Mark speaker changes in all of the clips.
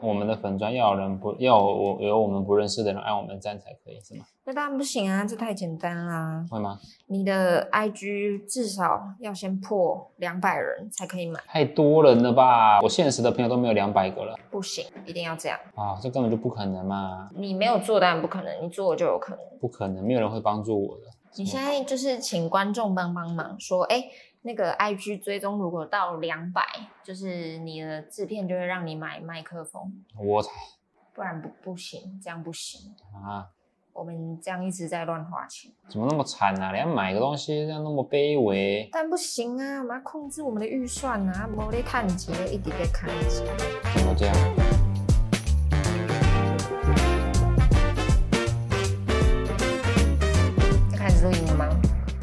Speaker 1: 我们的粉砖要有人不要有我有我们不认识的人按我们赞才可以是吗？
Speaker 2: 那当然不行啊，这太简单啦。
Speaker 1: 会吗？
Speaker 2: 你的 IG 至少要先破两百人才可以买，
Speaker 1: 太多人了吧！我现实的朋友都没有两百个了
Speaker 2: 不行，一定要这样。
Speaker 1: 啊，这根本就不可能嘛，
Speaker 2: 你没有做当然不可能，你做就有可能。
Speaker 1: 不可能，没有人会帮助我的。
Speaker 2: 你现在就是请观众帮帮忙，说，哎、那个 IG 追踪如果到两百，就是你的制片就会让你买麦克风，
Speaker 1: 我才
Speaker 2: 不然不不行，这样不行。
Speaker 1: 啊，
Speaker 2: 我们这样一直在乱花钱，
Speaker 1: 怎么那么惨啊？连买个东西这样那么卑微。
Speaker 2: 但不行啊，我们要控制我们的预算啊，没得看节，一直在看节。
Speaker 1: 怎么这样？
Speaker 2: 要开始录音了吗？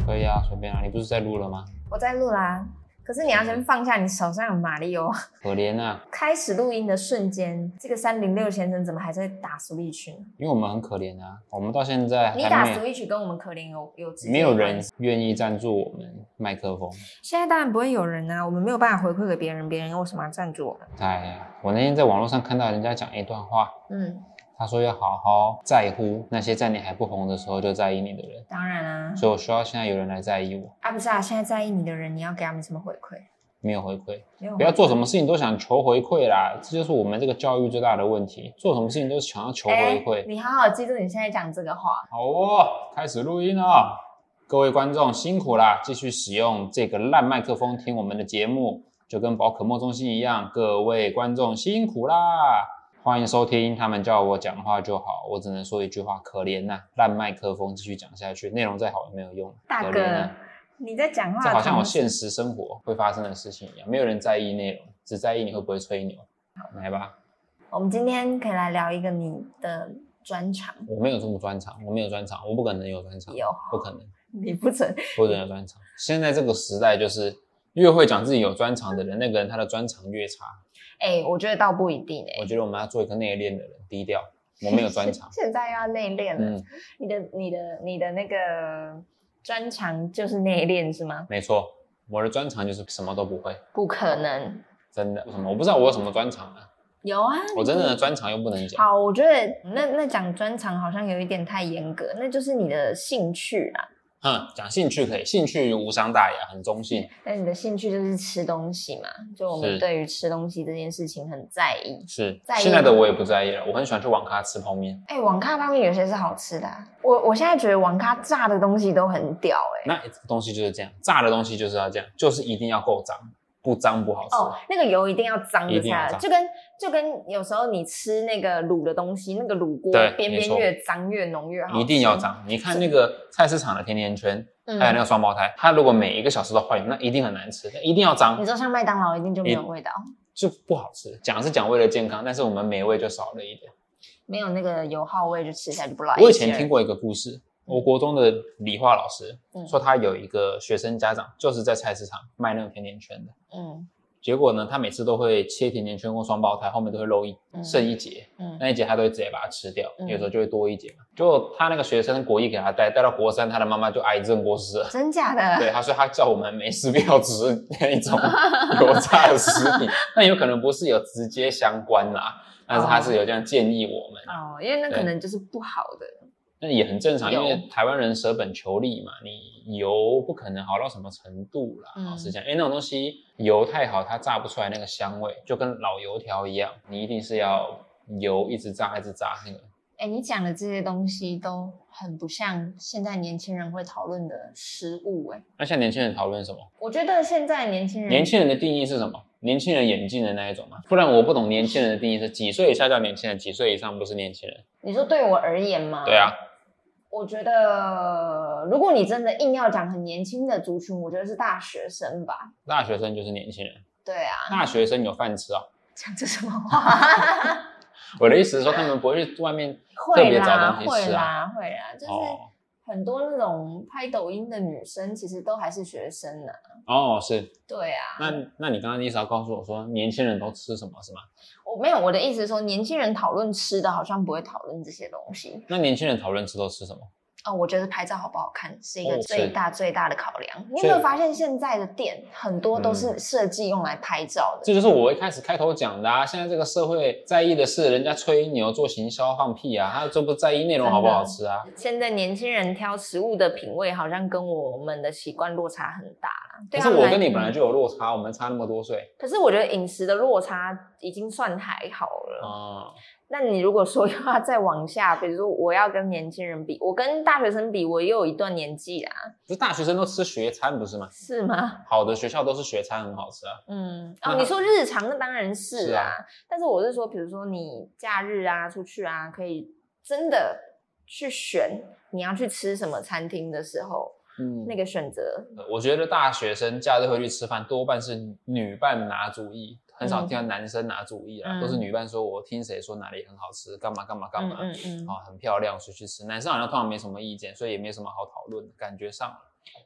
Speaker 1: 可以啊，随便啊。你不是在录了吗？
Speaker 2: 我在录啦，可是你要先放下你手上的马里奥。
Speaker 1: 可怜啊，
Speaker 2: 开始录音的瞬间，这个三零六先生怎么还在打 Switch 呢？
Speaker 1: 因为我们很可怜啊，我们到现在
Speaker 2: 你打
Speaker 1: 还没
Speaker 2: Switch 跟我们可怜有有直接
Speaker 1: 没有
Speaker 2: 关
Speaker 1: 人
Speaker 2: 系
Speaker 1: 愿意赞助我们麦克风。
Speaker 2: 现在当然不会有人啊，我们没有办法回馈给别人，别人为什么要赞助我们？
Speaker 1: 哎呀，我那天在网络上看到人家讲一段话，
Speaker 2: 嗯，
Speaker 1: 他说要好好在乎那些在你还不红的时候就在意你的人，
Speaker 2: 当然啊，
Speaker 1: 所以我需要现在有人来在意我，
Speaker 2: 啊不是啊，现在在意你的人，你要给他们什么回馈？
Speaker 1: 没有回馈，
Speaker 2: 没有回馈，
Speaker 1: 不要做什么事情都想求回馈啦，这就是我们这个教育最大的问题，做什么事情都想要求回
Speaker 2: 哎
Speaker 1: 馈。
Speaker 2: 你好好记住你现在讲这个话。
Speaker 1: 好哦，开始录音哦。各位观众辛苦啦，继续使用这个烂麦克风听我们的节目，就跟宝可梦中心一样，各位观众辛苦啦。欢迎收听，他们叫我讲话就好，我只能说一句话：可怜呐、烂麦克风继续讲下去，内容再好也没有用。
Speaker 2: 大
Speaker 1: 可怜
Speaker 2: 哥
Speaker 1: 啊，
Speaker 2: 你在讲话
Speaker 1: 这
Speaker 2: 的
Speaker 1: 好像我
Speaker 2: 同时
Speaker 1: 现实生活会发生的事情一样，没有人在意内容，只在意你会不会吹牛。来吧，
Speaker 2: 我们今天可以来聊一个你的专长，
Speaker 1: 我没有这么专长，我没有专长，我不可能有专长，
Speaker 2: 有
Speaker 1: 不可能。
Speaker 2: 你不准
Speaker 1: 或者有专长。现在这个时代，就是越会讲自己有专长的人，那个人他的专长越差。
Speaker 2: 哎、我觉得倒不一定哎、，
Speaker 1: 我觉得我们要做一个内敛的人，低调。我没有专长
Speaker 2: 现在又要内敛了。
Speaker 1: 嗯，
Speaker 2: 你的、你的、你的那个专长就是内敛是吗？
Speaker 1: 没错，我的专长就是什么都不会，
Speaker 2: 不可能，
Speaker 1: 真的。为什么？我不知道我有什么专长啊，
Speaker 2: 有啊。
Speaker 1: 我真正的专长又不能讲。
Speaker 2: 好，我觉得那那讲专长好像有一点太严格，那就是你的兴趣啦。
Speaker 1: 哼，讲兴趣可以，兴趣无伤大雅，很中性。
Speaker 2: 那你的兴趣就是吃东西嘛？就我们
Speaker 1: 是
Speaker 2: 对于吃东西这件事情很在意。
Speaker 1: 是
Speaker 2: 在，意
Speaker 1: 现在的
Speaker 2: 吗
Speaker 1: 我也不在意了。我很喜欢去网咖吃泡面，
Speaker 2: 哎、网咖方面有些是好吃的啊、我我现在觉得网咖炸的东西都很屌哎、
Speaker 1: 那东西就是这样，炸的东西就是要这样，就是一定要够脏，不脏不好吃。
Speaker 2: 哦，那个油一定要脏
Speaker 1: 一
Speaker 2: 的
Speaker 1: 定要
Speaker 2: 才好，
Speaker 1: 脏
Speaker 2: 就跟就跟有时候你吃那个卤的东西，那个卤锅
Speaker 1: 对
Speaker 2: 边
Speaker 1: 没
Speaker 2: 边
Speaker 1: 错
Speaker 2: 越脏越浓越好，
Speaker 1: 一定要。脏。你看那个菜市场的甜甜圈，
Speaker 2: 嗯
Speaker 1: 还有那个双胞胎，它如果每一个小时都换油，那一定很难吃，那一定要脏
Speaker 2: 你，知道像麦当劳一定就没有味道，
Speaker 1: 就不好吃。讲是讲为了健康，但是我们美味就少了一点。
Speaker 2: 没有那个油耗味，就吃起来就不来。
Speaker 1: 我以前听，过一个故事，我国中的理化老师
Speaker 2: 嗯
Speaker 1: 说，他有一个学生家长就是在菜市场卖那个甜甜圈的，
Speaker 2: 嗯
Speaker 1: 结果呢，他每次都会切甜甜圈或双胞胎，后面都会漏一
Speaker 2: 嗯
Speaker 1: 剩一节，
Speaker 2: 嗯，
Speaker 1: 那一节他都会直接把它吃掉，
Speaker 2: 嗯
Speaker 1: 有时候就会多一节嘛。就他那个学生国一给他带，带到国三，他的妈妈就癌症过世了。
Speaker 2: 真假的？
Speaker 1: 对，他说他叫我们没事不要吃那一种油炸的食品， 那有可能不是有直接相关啦，但是他是有这样建议我们，
Speaker 2: 哦，因为那可
Speaker 1: 对
Speaker 2: 能就是不好的，
Speaker 1: 那也很正常，因
Speaker 2: 有
Speaker 1: 为台湾人舍本求利嘛，你油不可能好到什么程度啦，哦
Speaker 2: 嗯
Speaker 1: 老实讲，因为那种东西油太好，它炸不出来那个香味，就跟老油条一样，你一定是要油一直炸一直炸那个。
Speaker 2: 哎、你讲的这些东西都很不像现在年轻人会讨论的食物、哎，
Speaker 1: 那现在年轻人讨论什么？
Speaker 2: 我觉得现在年轻人，
Speaker 1: 年轻人的定义是什么？年轻人眼镜的那一种吗？不然我不懂年轻人的定义是几岁以下叫年轻人，几岁以上不是年轻人？
Speaker 2: 你说对我而言吗？
Speaker 1: 对啊，
Speaker 2: 我觉得，如果你真的硬要讲很年轻的族群，我觉得是大学生吧。
Speaker 1: 大学生就是年轻人，
Speaker 2: 对啊，
Speaker 1: 大学生有饭吃啊、
Speaker 2: 讲这什么 话？
Speaker 1: 我的意思是说，他们不会去外面特
Speaker 2: 会
Speaker 1: 别找
Speaker 2: 啦，
Speaker 1: 东西
Speaker 2: 会
Speaker 1: 吃啊。
Speaker 2: 啦，会啦，就是
Speaker 1: 哦
Speaker 2: 很多那种拍抖音的女生，其实都还是学生呢、
Speaker 1: 哦，是。
Speaker 2: 对啊，
Speaker 1: 那那你刚刚的意思要告诉我说，年轻人都吃什么是吗？
Speaker 2: 我没有我的意思是说，年轻人讨论吃的，好像不会讨论这些东西
Speaker 1: 那年轻人讨论吃都吃什么？
Speaker 2: 哦，我觉得拍照好不好看是一
Speaker 1: 哦
Speaker 2: 个
Speaker 1: 是
Speaker 2: 最大最大的考量。
Speaker 1: 所
Speaker 2: 你有没
Speaker 1: 以
Speaker 2: 有发现现在的店很多都是
Speaker 1: 嗯
Speaker 2: 设计用来拍照的？
Speaker 1: 这就是我一开始开头讲的啊，现在这个社会在意的是人家吹牛做行销放屁啊，他这不在意内容好不好吃啊？
Speaker 2: 现在年轻人挑食物的品味好像跟我们的习惯落差很大啦。对
Speaker 1: 可
Speaker 2: 啊
Speaker 1: 是我跟你
Speaker 2: 嗯
Speaker 1: 本来就有落差，我们差那么多岁
Speaker 2: 可是我觉得饮食的落差已经算还好了。
Speaker 1: 啊、
Speaker 2: 那你如果说要再往下，比如说我要跟年轻人比，我跟大学生比，我也有一段年纪啦，
Speaker 1: 可是大学生都吃学餐不是吗？
Speaker 2: 是吗？
Speaker 1: 好的学校都是学餐很好吃啊，
Speaker 2: 嗯，
Speaker 1: 那
Speaker 2: 哦，你说日常那当然是
Speaker 1: 是
Speaker 2: 啊，
Speaker 1: 啊
Speaker 2: 但是我是说，比如说你假日啊出去啊，可以真的去选你要去吃什么餐厅的时候，
Speaker 1: 嗯，
Speaker 2: 那个选择
Speaker 1: 我觉得大学生假日会去吃饭，多半是女伴拿主意，很少听到男生拿主意啦，
Speaker 2: 嗯
Speaker 1: 都是女伴说我听谁说哪里很好吃，干嘛干嘛干嘛，
Speaker 2: 嗯嗯嗯
Speaker 1: 啊，很漂亮，所以去吃。男生好像通常没什么意见，所以也没什么好讨论的，感觉上。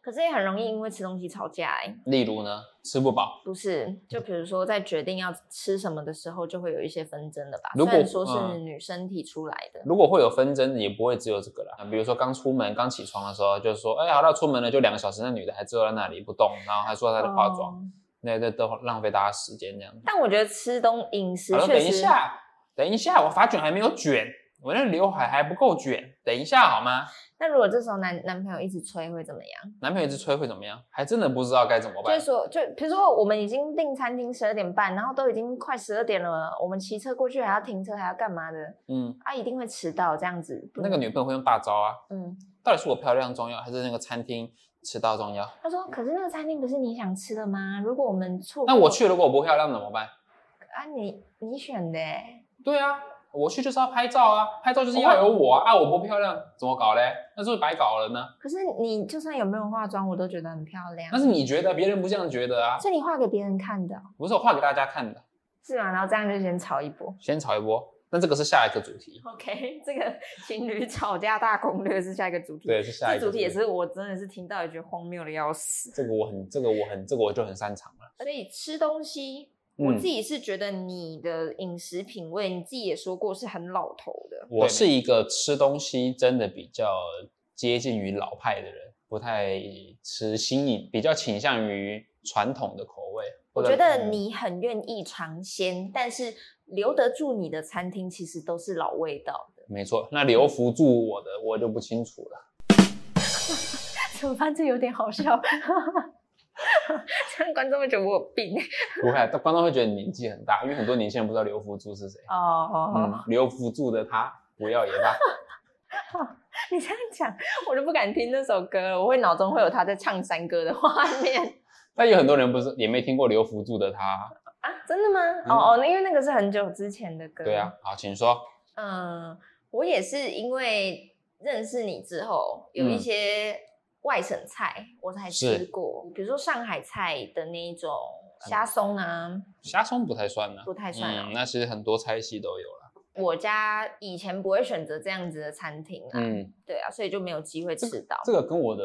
Speaker 2: 可是也很容易
Speaker 1: 嗯
Speaker 2: 因为吃东西吵架哎、
Speaker 1: 例如呢，吃不饱，
Speaker 2: 不
Speaker 1: 嗯
Speaker 2: 是，就比如说在决定要吃什么的时候，就会有一些纷争的吧。
Speaker 1: 如
Speaker 2: 虽然
Speaker 1: 果
Speaker 2: 说是
Speaker 1: 嗯
Speaker 2: 女生提出来的，
Speaker 1: 如果会有纷争，也不会只有这个啦。比如说刚出门、刚起床的时候，就说，哎，好了，出门了，就两个小时，那女的还坐在那里不动，然后还说她在化妆，
Speaker 2: 哦
Speaker 1: 那这都浪费大家时间这样。
Speaker 2: 但我觉得吃东饮食
Speaker 1: 好了，
Speaker 2: 确
Speaker 1: 等
Speaker 2: 实，
Speaker 1: 一下，等一下，我发卷还没有卷，我那刘海还不够卷，等一下好吗？
Speaker 2: 那如果这时候男男朋友一直催会怎么样？
Speaker 1: 男朋友一直催会怎么样？还真的不知道该怎么
Speaker 2: 就
Speaker 1: 办
Speaker 2: 是。说，就比如说我们已经订餐厅十二点半，然后都已经快十二点了，我们骑车过去还要停车还要干嘛的
Speaker 1: 嗯，
Speaker 2: 啊？一定会迟到这样子。不
Speaker 1: 那个
Speaker 2: 能，
Speaker 1: 女朋友会用大招啊，
Speaker 2: 嗯，
Speaker 1: 到底是我漂亮重要，还是那个餐厅迟到重要？
Speaker 2: 他说，可是那个餐厅不是你想吃的吗？如果我们错过，
Speaker 1: 那我去，如果我不漂亮怎么办？
Speaker 2: 啊，你你选的欸，
Speaker 1: 对啊，我去就是要拍照啊，拍照就是要有我啊，啊我不漂亮怎么搞嘞？那是不是白搞了呢？
Speaker 2: 可是你就算有没有化妆，我都觉得很漂亮
Speaker 1: 那。是你觉得，别人不这样觉得啊，
Speaker 2: 是你画给别人看的哦、
Speaker 1: 不是我画给大家看的，
Speaker 2: 是吗？然后这样就先吵一波。
Speaker 1: 先炒一波。但这个是下一个主题，
Speaker 2: OK，这个情侣吵架大攻略是下一个主题。，
Speaker 1: 对，是下
Speaker 2: 这
Speaker 1: 一个
Speaker 2: 主题也是我真的是听到也觉得荒谬的要死。
Speaker 1: 这个我很，这个我很，这个我就很擅长啊了。
Speaker 2: 所以吃东西，
Speaker 1: 嗯
Speaker 2: 我自己是觉得你的饮食品味，你自己也说过是很老头的。
Speaker 1: 我是一个吃东西真的比较接近于老派的人，不太吃新颖，比较倾向于传统的口味。
Speaker 2: 我
Speaker 1: 或者
Speaker 2: 觉得
Speaker 1: 嗯
Speaker 2: 你很愿意尝鲜，但是留得住你的餐厅其实都是老味道的。
Speaker 1: 没错，那
Speaker 2: 嗯
Speaker 1: 留福住我的我就不清楚 了。
Speaker 2: 怎么办？这有点好笑，这样观众会觉得我有病。
Speaker 1: 不会啊，但观众会觉得你年纪很大，因为很多年轻人不知道刘福柱是谁。
Speaker 2: 哦哦哦，
Speaker 1: 嗯，刘福柱的他不要也罢。
Speaker 2: 你这样讲，我都不敢听那首歌了，我会脑中会有他在唱山歌的画面
Speaker 1: 但有很多人不是也没听过刘福柱的他。
Speaker 2: 啊！真的吗？哦哦，那因为那个是很久之前的歌。
Speaker 1: 嗯对啊，，好，请说。
Speaker 2: 嗯，我也是因为认识你之后，有一
Speaker 1: 嗯
Speaker 2: 些外省菜我才
Speaker 1: 是
Speaker 2: 吃过，比如说上海菜的那一种虾松啊，
Speaker 1: 虾松不太算呢、
Speaker 2: 不太算啊
Speaker 1: 嗯，那其实很多菜系都有了。
Speaker 2: 我家以前不会选择这样子的餐厅啊，
Speaker 1: 嗯，
Speaker 2: 对啊，所以就没有机会吃到。
Speaker 1: 这个跟我的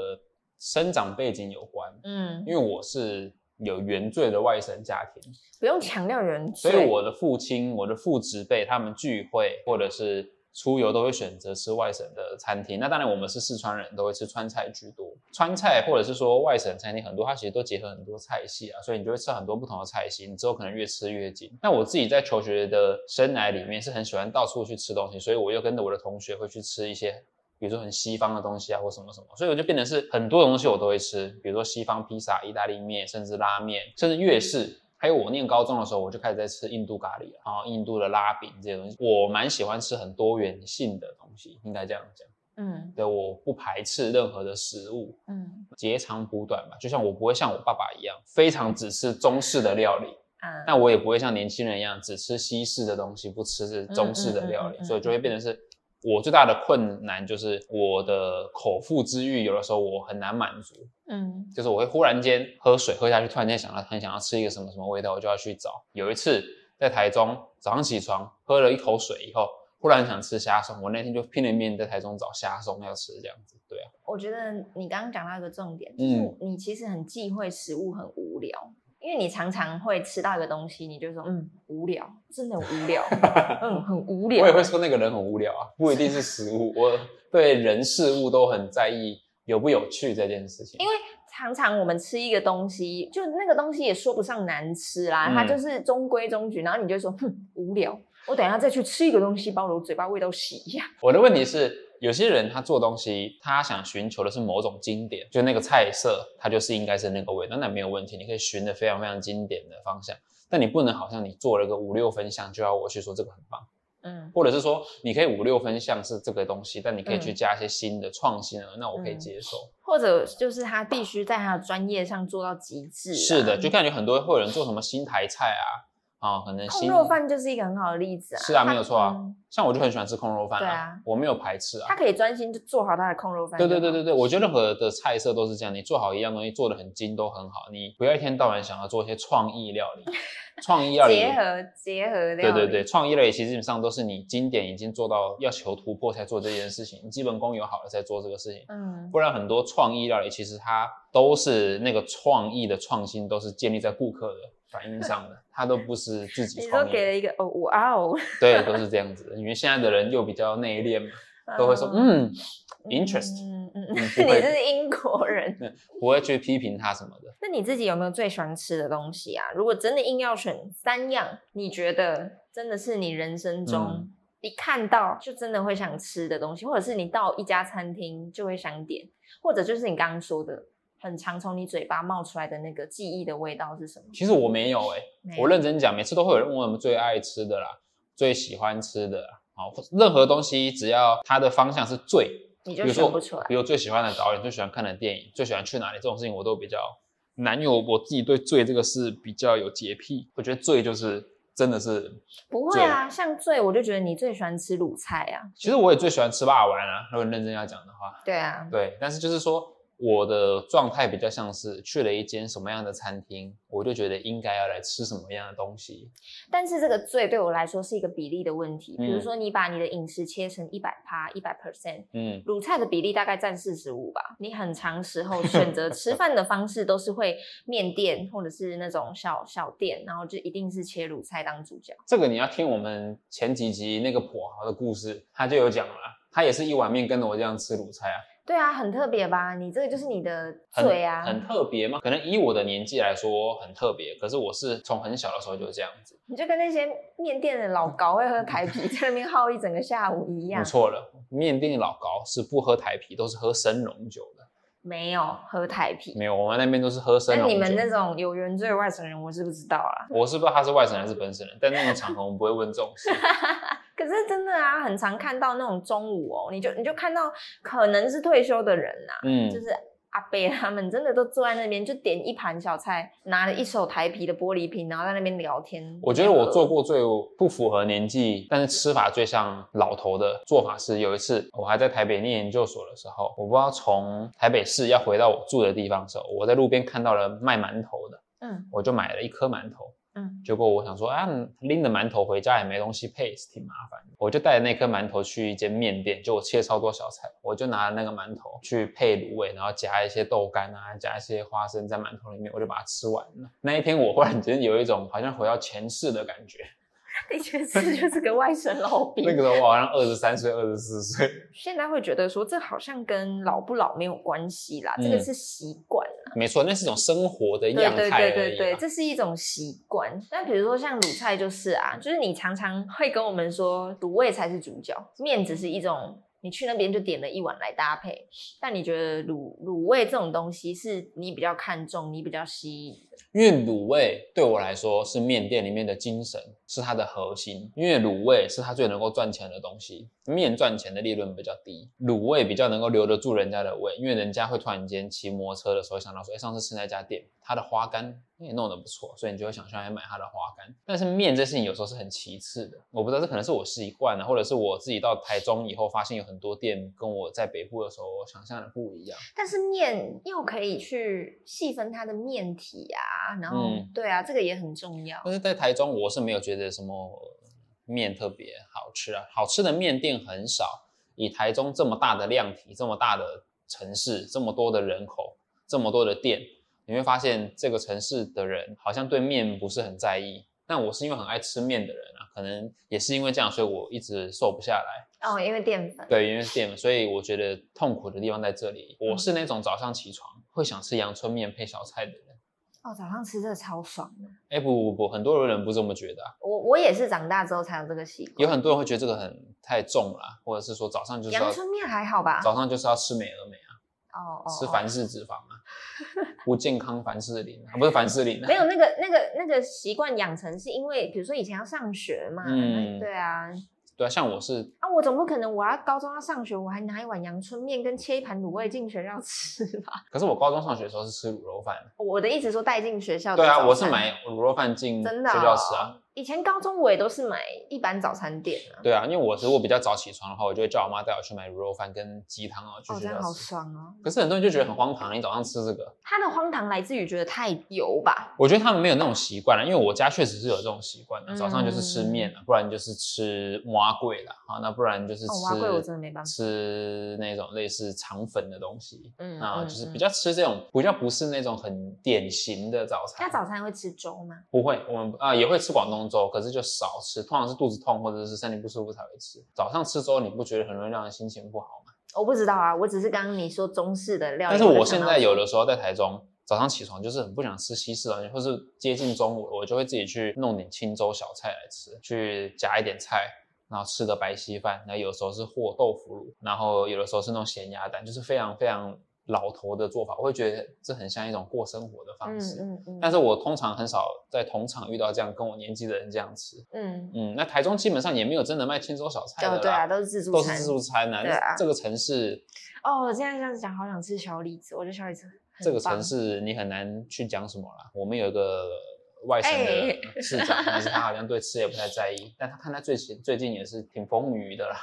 Speaker 1: 生长背景有关，
Speaker 2: 嗯，
Speaker 1: 因为我是有原罪的外省家庭，
Speaker 2: 不用强调原
Speaker 1: 所
Speaker 2: 罪，
Speaker 1: 以我的父亲、我的父职辈他们聚会或者是出游都会选择吃外省的餐厅。那当然，我们是四川人，都会吃川菜居多。川菜或者是说外省餐厅很多，它其实都结合很多菜系啊，所以你就会吃很多不同的菜系。你之后可能越吃越精。那我自己在求学的生涯里面是很喜欢到处去吃东西，所以我又跟着我的同学会去吃一些。比如说很西方的东西啊，或什么什么，所以我就变成是很多东西我都会吃，比如说西方披萨、意大利面，甚至拉面，甚至粤式。还有我念高中的时候，我就开始在吃印度咖喱了，然后印度的拉饼这些东西，我蛮喜欢吃很多元性的东西，应该这样讲。
Speaker 2: 嗯
Speaker 1: 对，我不排斥任何的食物，
Speaker 2: 嗯
Speaker 1: 截长补短嘛。就像我不会像我爸爸一样，非常只吃中式的料理，
Speaker 2: 啊，
Speaker 1: 那我也不会像年轻人一样只吃西式的东西，不吃中式的料
Speaker 2: 嗯嗯嗯嗯
Speaker 1: 理，
Speaker 2: 嗯
Speaker 1: 所以就会变成是我最大的困难就是我的口腹之欲，有的时候我很难满足，
Speaker 2: 嗯
Speaker 1: 就是我会忽然间喝水喝下去，突然间想到很想要吃一个什么什么味道，我就要去找。有一次在台中早上起床喝了一口水以后，忽然想吃虾松，我那天就拼了命在台中找虾松要吃，这样子，对啊，
Speaker 2: 我觉得你刚刚讲到一个重点，就
Speaker 1: 嗯
Speaker 2: 是你其实很忌讳食物很无聊，因因为你常常会吃到一个东西，你就说嗯无聊，真的无聊，
Speaker 1: 啊
Speaker 2: 嗯很无聊。
Speaker 1: 我也会说那个人很无聊啊，不一定是食物，我对人事物都很在意有不有趣这件事情。
Speaker 2: 因为常常我们吃一个东西，就那个东西也说不上难吃啦，
Speaker 1: 嗯
Speaker 2: 它就是中规中矩，然后你就说哼无聊，我等一下再去吃一个东西，把我的嘴巴味道洗一下。
Speaker 1: 我的问题是，有些人他做东西，他想寻求的是某种经典，就那个菜色，它就是应该是那个味道，那没有问题，你可以寻的非常非常经典的方向。但你不能好像你做了个五六分项，就要我去说这个很棒，
Speaker 2: 嗯
Speaker 1: 或者是说你可以五六分项是这个东西，但你可以去
Speaker 2: 嗯
Speaker 1: 加一些新的创新的，那我可以
Speaker 2: 嗯
Speaker 1: 接受。
Speaker 2: 或者就是他必须在他的专业上做到极致啊。
Speaker 1: 是的，就感觉很多会有人做什么新台菜啊，啊、可能
Speaker 2: 控
Speaker 1: 新
Speaker 2: 肉饭就是一个很好的例子啊。
Speaker 1: 是啊，
Speaker 2: 它
Speaker 1: 没有错啊。
Speaker 2: 嗯
Speaker 1: 像我就很喜欢吃空肉饭
Speaker 2: 对
Speaker 1: 啊，
Speaker 2: 啊
Speaker 1: 我没有排斥啊
Speaker 2: 他。可以专心就做好他的控肉饭。
Speaker 1: 对对对对。对，我觉得任何的菜色都是这样，你做好一样东西做的很精都很好，你不要一天到晚想要做一些创意料 理，创意料理。
Speaker 2: 结合结合料
Speaker 1: 对
Speaker 2: 理
Speaker 1: 对对，，创意类其实基本上都是你经典已经做到要求突破才做这件事情，你基本功有好了才做这个事情，
Speaker 2: 嗯，
Speaker 1: 不然很多创意料理其实它都是那个创意的创新都是建立在顾客的反应上的，它都不是自己
Speaker 2: 你
Speaker 1: 创
Speaker 2: 都
Speaker 1: 意
Speaker 2: 给
Speaker 1: 的，
Speaker 2: 了一个哦哇哦，
Speaker 1: 对，都是这样子的。因为现在的人又比较内敛嘛，都会说嗯，interest，
Speaker 2: 嗯嗯
Speaker 1: 嗯
Speaker 2: 嗯，
Speaker 1: 不
Speaker 2: 你
Speaker 1: 会
Speaker 2: 是英国人，
Speaker 1: 不会去批评他什么的。
Speaker 2: 那你自己有没有最喜欢吃的东西啊？如果真的硬要选三样，你觉得真的是你人生中
Speaker 1: 嗯
Speaker 2: 一看到就真的会想吃的东西，或者是你到一家餐厅就会想点，或者就是你刚刚说的，很常从你嘴巴冒出来的那个记忆的味道是什么？
Speaker 1: 其实我没有哎、
Speaker 2: 没有
Speaker 1: 我认真讲，每次都会有人问我们最爱吃的啦，最喜欢吃的啦，好，或任何东西只要它的方向是最，
Speaker 2: 你
Speaker 1: 比
Speaker 2: 就
Speaker 1: 如
Speaker 2: 选
Speaker 1: 说
Speaker 2: 不出来。
Speaker 1: 比如最喜欢的导演、最喜欢看的电影、最喜欢去哪里这种事情，我都比较难，因为我我自己对最这个是比较有洁癖，我觉得最就是真的是，
Speaker 2: 不会
Speaker 1: 最
Speaker 2: 啊，像最我就觉得你最喜欢吃卤菜啊。
Speaker 1: 其实我也最喜欢吃霸丸啊，如果认真要讲的话，
Speaker 2: 对啊，
Speaker 1: 对，但是就是说我的状态比较像是去了一间什么样的餐厅，我就觉得应该要来吃什么样的东西。
Speaker 2: 但是这个最对我来说是一个比例的问题。比如
Speaker 1: 嗯
Speaker 2: 说，你把你的饮食切成一百趴、一百 percent，
Speaker 1: 嗯，
Speaker 2: 卤菜的比例大概占四十五吧。你很长时候选 择吃饭的方式都是会面店或者是那种小小店，然后就一定是切卤菜当主角。
Speaker 1: 这个你要听我们前几集那个跛豪的故事，他就有讲了啊，他也是一碗面跟着我这样吃卤菜啊，
Speaker 2: 对啊，很特别吧？你这个就是你的
Speaker 1: 很
Speaker 2: 最啊，
Speaker 1: 很特别吗？可能以我的年纪来说很特别，可是我是从很小的时候就这样子。
Speaker 2: 你就跟那些面店的老高会喝台啤，在那边耗一整个下午一样
Speaker 1: 你。嗯错了，面店老高是不喝台啤，都是喝生龙酒的。
Speaker 2: 没有喝台啤，
Speaker 1: 没有，我们那边都是喝生
Speaker 2: 那
Speaker 1: 龙酒。
Speaker 2: 你们那种有原罪的外省人，我是不知道啦。
Speaker 1: 我是不知道他是外省还是本省人，但那种场合我们不会问这种 事。
Speaker 2: 可是真的啊，很常看到那种中午哦，你就你就看到可能是退休的人啊呐、
Speaker 1: 嗯，
Speaker 2: 就是阿伯啊他们真的都坐在那边，就点一盘小菜，拿了一手台啤的玻璃瓶，然后在那边聊天。
Speaker 1: 我觉得我做过最不符合年纪，但是吃法最像老头的做法是，有一次我还在台北念研究所的时候，我不知道从台北市要回到我住的地方的时候，我在路边看到了卖馒头的，
Speaker 2: 嗯
Speaker 1: 我就买了一颗馒头。
Speaker 2: 嗯，
Speaker 1: 结果我想说啊，嗯拎着馒头回家也没东西配，是挺麻烦的。我就带着那颗馒头去一间面店，就我切超多小菜，我就拿那个馒头去配卤味，然后加一些豆干啊，加一些花生在馒头里面，我就把它吃完了。那一天我忽然间有一种好像回到前世的感觉，
Speaker 2: 的确是就是个外省老兵。
Speaker 1: 那个时候我好像二十三岁、二十四岁，
Speaker 2: 现在会觉得说这好像跟老不老没有关系啦，这个
Speaker 1: 嗯
Speaker 2: 是习惯啦
Speaker 1: 没错，那是一种生活的
Speaker 2: 对
Speaker 1: 样
Speaker 2: 对
Speaker 1: 态
Speaker 2: 对
Speaker 1: 而
Speaker 2: 对
Speaker 1: 已啊
Speaker 2: 对，
Speaker 1: 嘛。
Speaker 2: 这是一种习惯。但比如说像卤菜就是啊，就是你常常会跟我们说卤味才是主角，面只是一种你去那边就点了一碗来搭配。但你觉得卤卤味这种东西是你比较看重，你比较吸引的？
Speaker 1: 因为卤味对我来说是面店里面的精神，是它的核心。因为卤味是它最能够赚钱的东西，面赚钱的利润比较低，卤味比较能够留得住人家的胃，因为人家会突然间骑摩托车的时候想到说，哎，上次吃那家店，它的花干也弄得不错，所以你就会想上来买它的花干。但是面这事情有时候是很其次的，我不知道这可能是我习惯了，啊或者是我自己到台中以后发现有很多店跟我在北部的时候想象的不一样。
Speaker 2: 但是面又可以去细分它的面体啊，然后、
Speaker 1: 嗯
Speaker 2: 对啊，这个也很重要。
Speaker 1: 但是在台中，我是没有觉得什么呃面特别好吃啊，好吃的面店很少。以台中这么大的量体、这么大的城市、这么多的人口、这么多的店，你会发现这个城市的人好像对面不是很在意。但我是因为很爱吃面的人啊，可能也是因为这样，所以我一直瘦不下来。
Speaker 2: 哦，因为淀粉。
Speaker 1: 对，因为是淀粉，所以我觉得痛苦的地方在这里。我是那种早上起床会想吃阳春面配小菜的人。
Speaker 2: 哦，早上吃这个超爽的。
Speaker 1: 哎，不不不，很多人不这么觉得、啊，
Speaker 2: 我我也是长大之后才有这个习惯。
Speaker 1: 有很多人会觉得这个很太重啦，或者是说早上就是要
Speaker 2: 阳春面还好吧？
Speaker 1: 早上就是要吃美而美啊，
Speaker 2: 哦哦，
Speaker 1: 吃
Speaker 2: 哦
Speaker 1: 凡式脂肪 啊，不健康凡士林啊，不是凡士林、啊，
Speaker 2: 没有那个那个那个习惯养成，是因为比如说以前要上学嘛，
Speaker 1: 嗯
Speaker 2: 对啊，
Speaker 1: 对啊，像我是
Speaker 2: 啊，我总不可能我要高中要上学，我还拿一碗阳春面跟切一盘卤味进学校吃吧？
Speaker 1: 可是我高中上学的时候是吃卤肉饭，
Speaker 2: 我的意思说带进学校的
Speaker 1: 对
Speaker 2: 哦早
Speaker 1: 啊，
Speaker 2: 餐
Speaker 1: 我是买卤肉饭进学
Speaker 2: 真的、哦、
Speaker 1: 校吃啊，。
Speaker 2: 以前高中我也都是买一般早餐店啊，
Speaker 1: 对啊，因为我如果比较早起床的话，我就会叫我妈带我去买卤肉饭跟鸡汤啊去
Speaker 2: 哦，
Speaker 1: 学
Speaker 2: 这
Speaker 1: 校
Speaker 2: 样好
Speaker 1: 吃。
Speaker 2: 爽哦。
Speaker 1: 可是很多人就觉得很荒唐，你早上吃这个，
Speaker 2: 它的荒唐来自于觉得太油吧？
Speaker 1: 我觉得他们没有那种习惯了，啊因为我家确实是有这种习惯的，
Speaker 2: 嗯
Speaker 1: 早上就是吃面啊了，不然就是吃蛙桂啦，啊，那不然就是吃、
Speaker 2: 哦蛙粿我真的没办法
Speaker 1: 吃那种类似肠粉的东西，
Speaker 2: 嗯
Speaker 1: 啊，
Speaker 2: 嗯
Speaker 1: 就是比
Speaker 2: 嗯
Speaker 1: 较吃这种比较不是那种很典型的早餐。
Speaker 2: 那早餐会吃粥吗？
Speaker 1: 不会，我们啊、也会吃广东粥，可是就少吃，通常是肚子痛或者是身体不舒服才会吃。早上吃粥，你不觉得很容易让人心情不好吗？
Speaker 2: 我不知道啊，我只是刚刚你说中式的料
Speaker 1: 但
Speaker 2: 理，
Speaker 1: 是
Speaker 2: 就
Speaker 1: 我
Speaker 2: 想
Speaker 1: 现
Speaker 2: 到
Speaker 1: 在有
Speaker 2: 粥
Speaker 1: 的时候在台中，早上起床就是很不想吃西式的东西，或是接近中午，我就会自己去弄点清粥小菜来吃，去夹一点菜，然后吃的白稀饭，然后有时候是和豆腐乳，然后有的时候是那种咸鸭蛋，就是非常非常老头的做法，我会觉得这很像一种过生活的方式。
Speaker 2: 嗯嗯
Speaker 1: 但
Speaker 2: 嗯
Speaker 1: 是我通常很少在同场遇到这样跟我年纪的人这样吃，
Speaker 2: 嗯，
Speaker 1: 嗯，那台中基本上也没有真的卖清粥小菜的啦，
Speaker 2: 哦对啊，都是自助
Speaker 1: 都
Speaker 2: 餐，
Speaker 1: 是自助餐呐、
Speaker 2: 对啊
Speaker 1: 这个城市
Speaker 2: 哦，我现在这样子讲，好想吃小李子，我觉得小李子很
Speaker 1: 这个城
Speaker 2: 棒
Speaker 1: 市你很难去讲什么啦。我们有一个外省的
Speaker 2: 哎
Speaker 1: 市长，但是他好像对吃也不太在意，但他看他最近最近也是挺风雨的啦。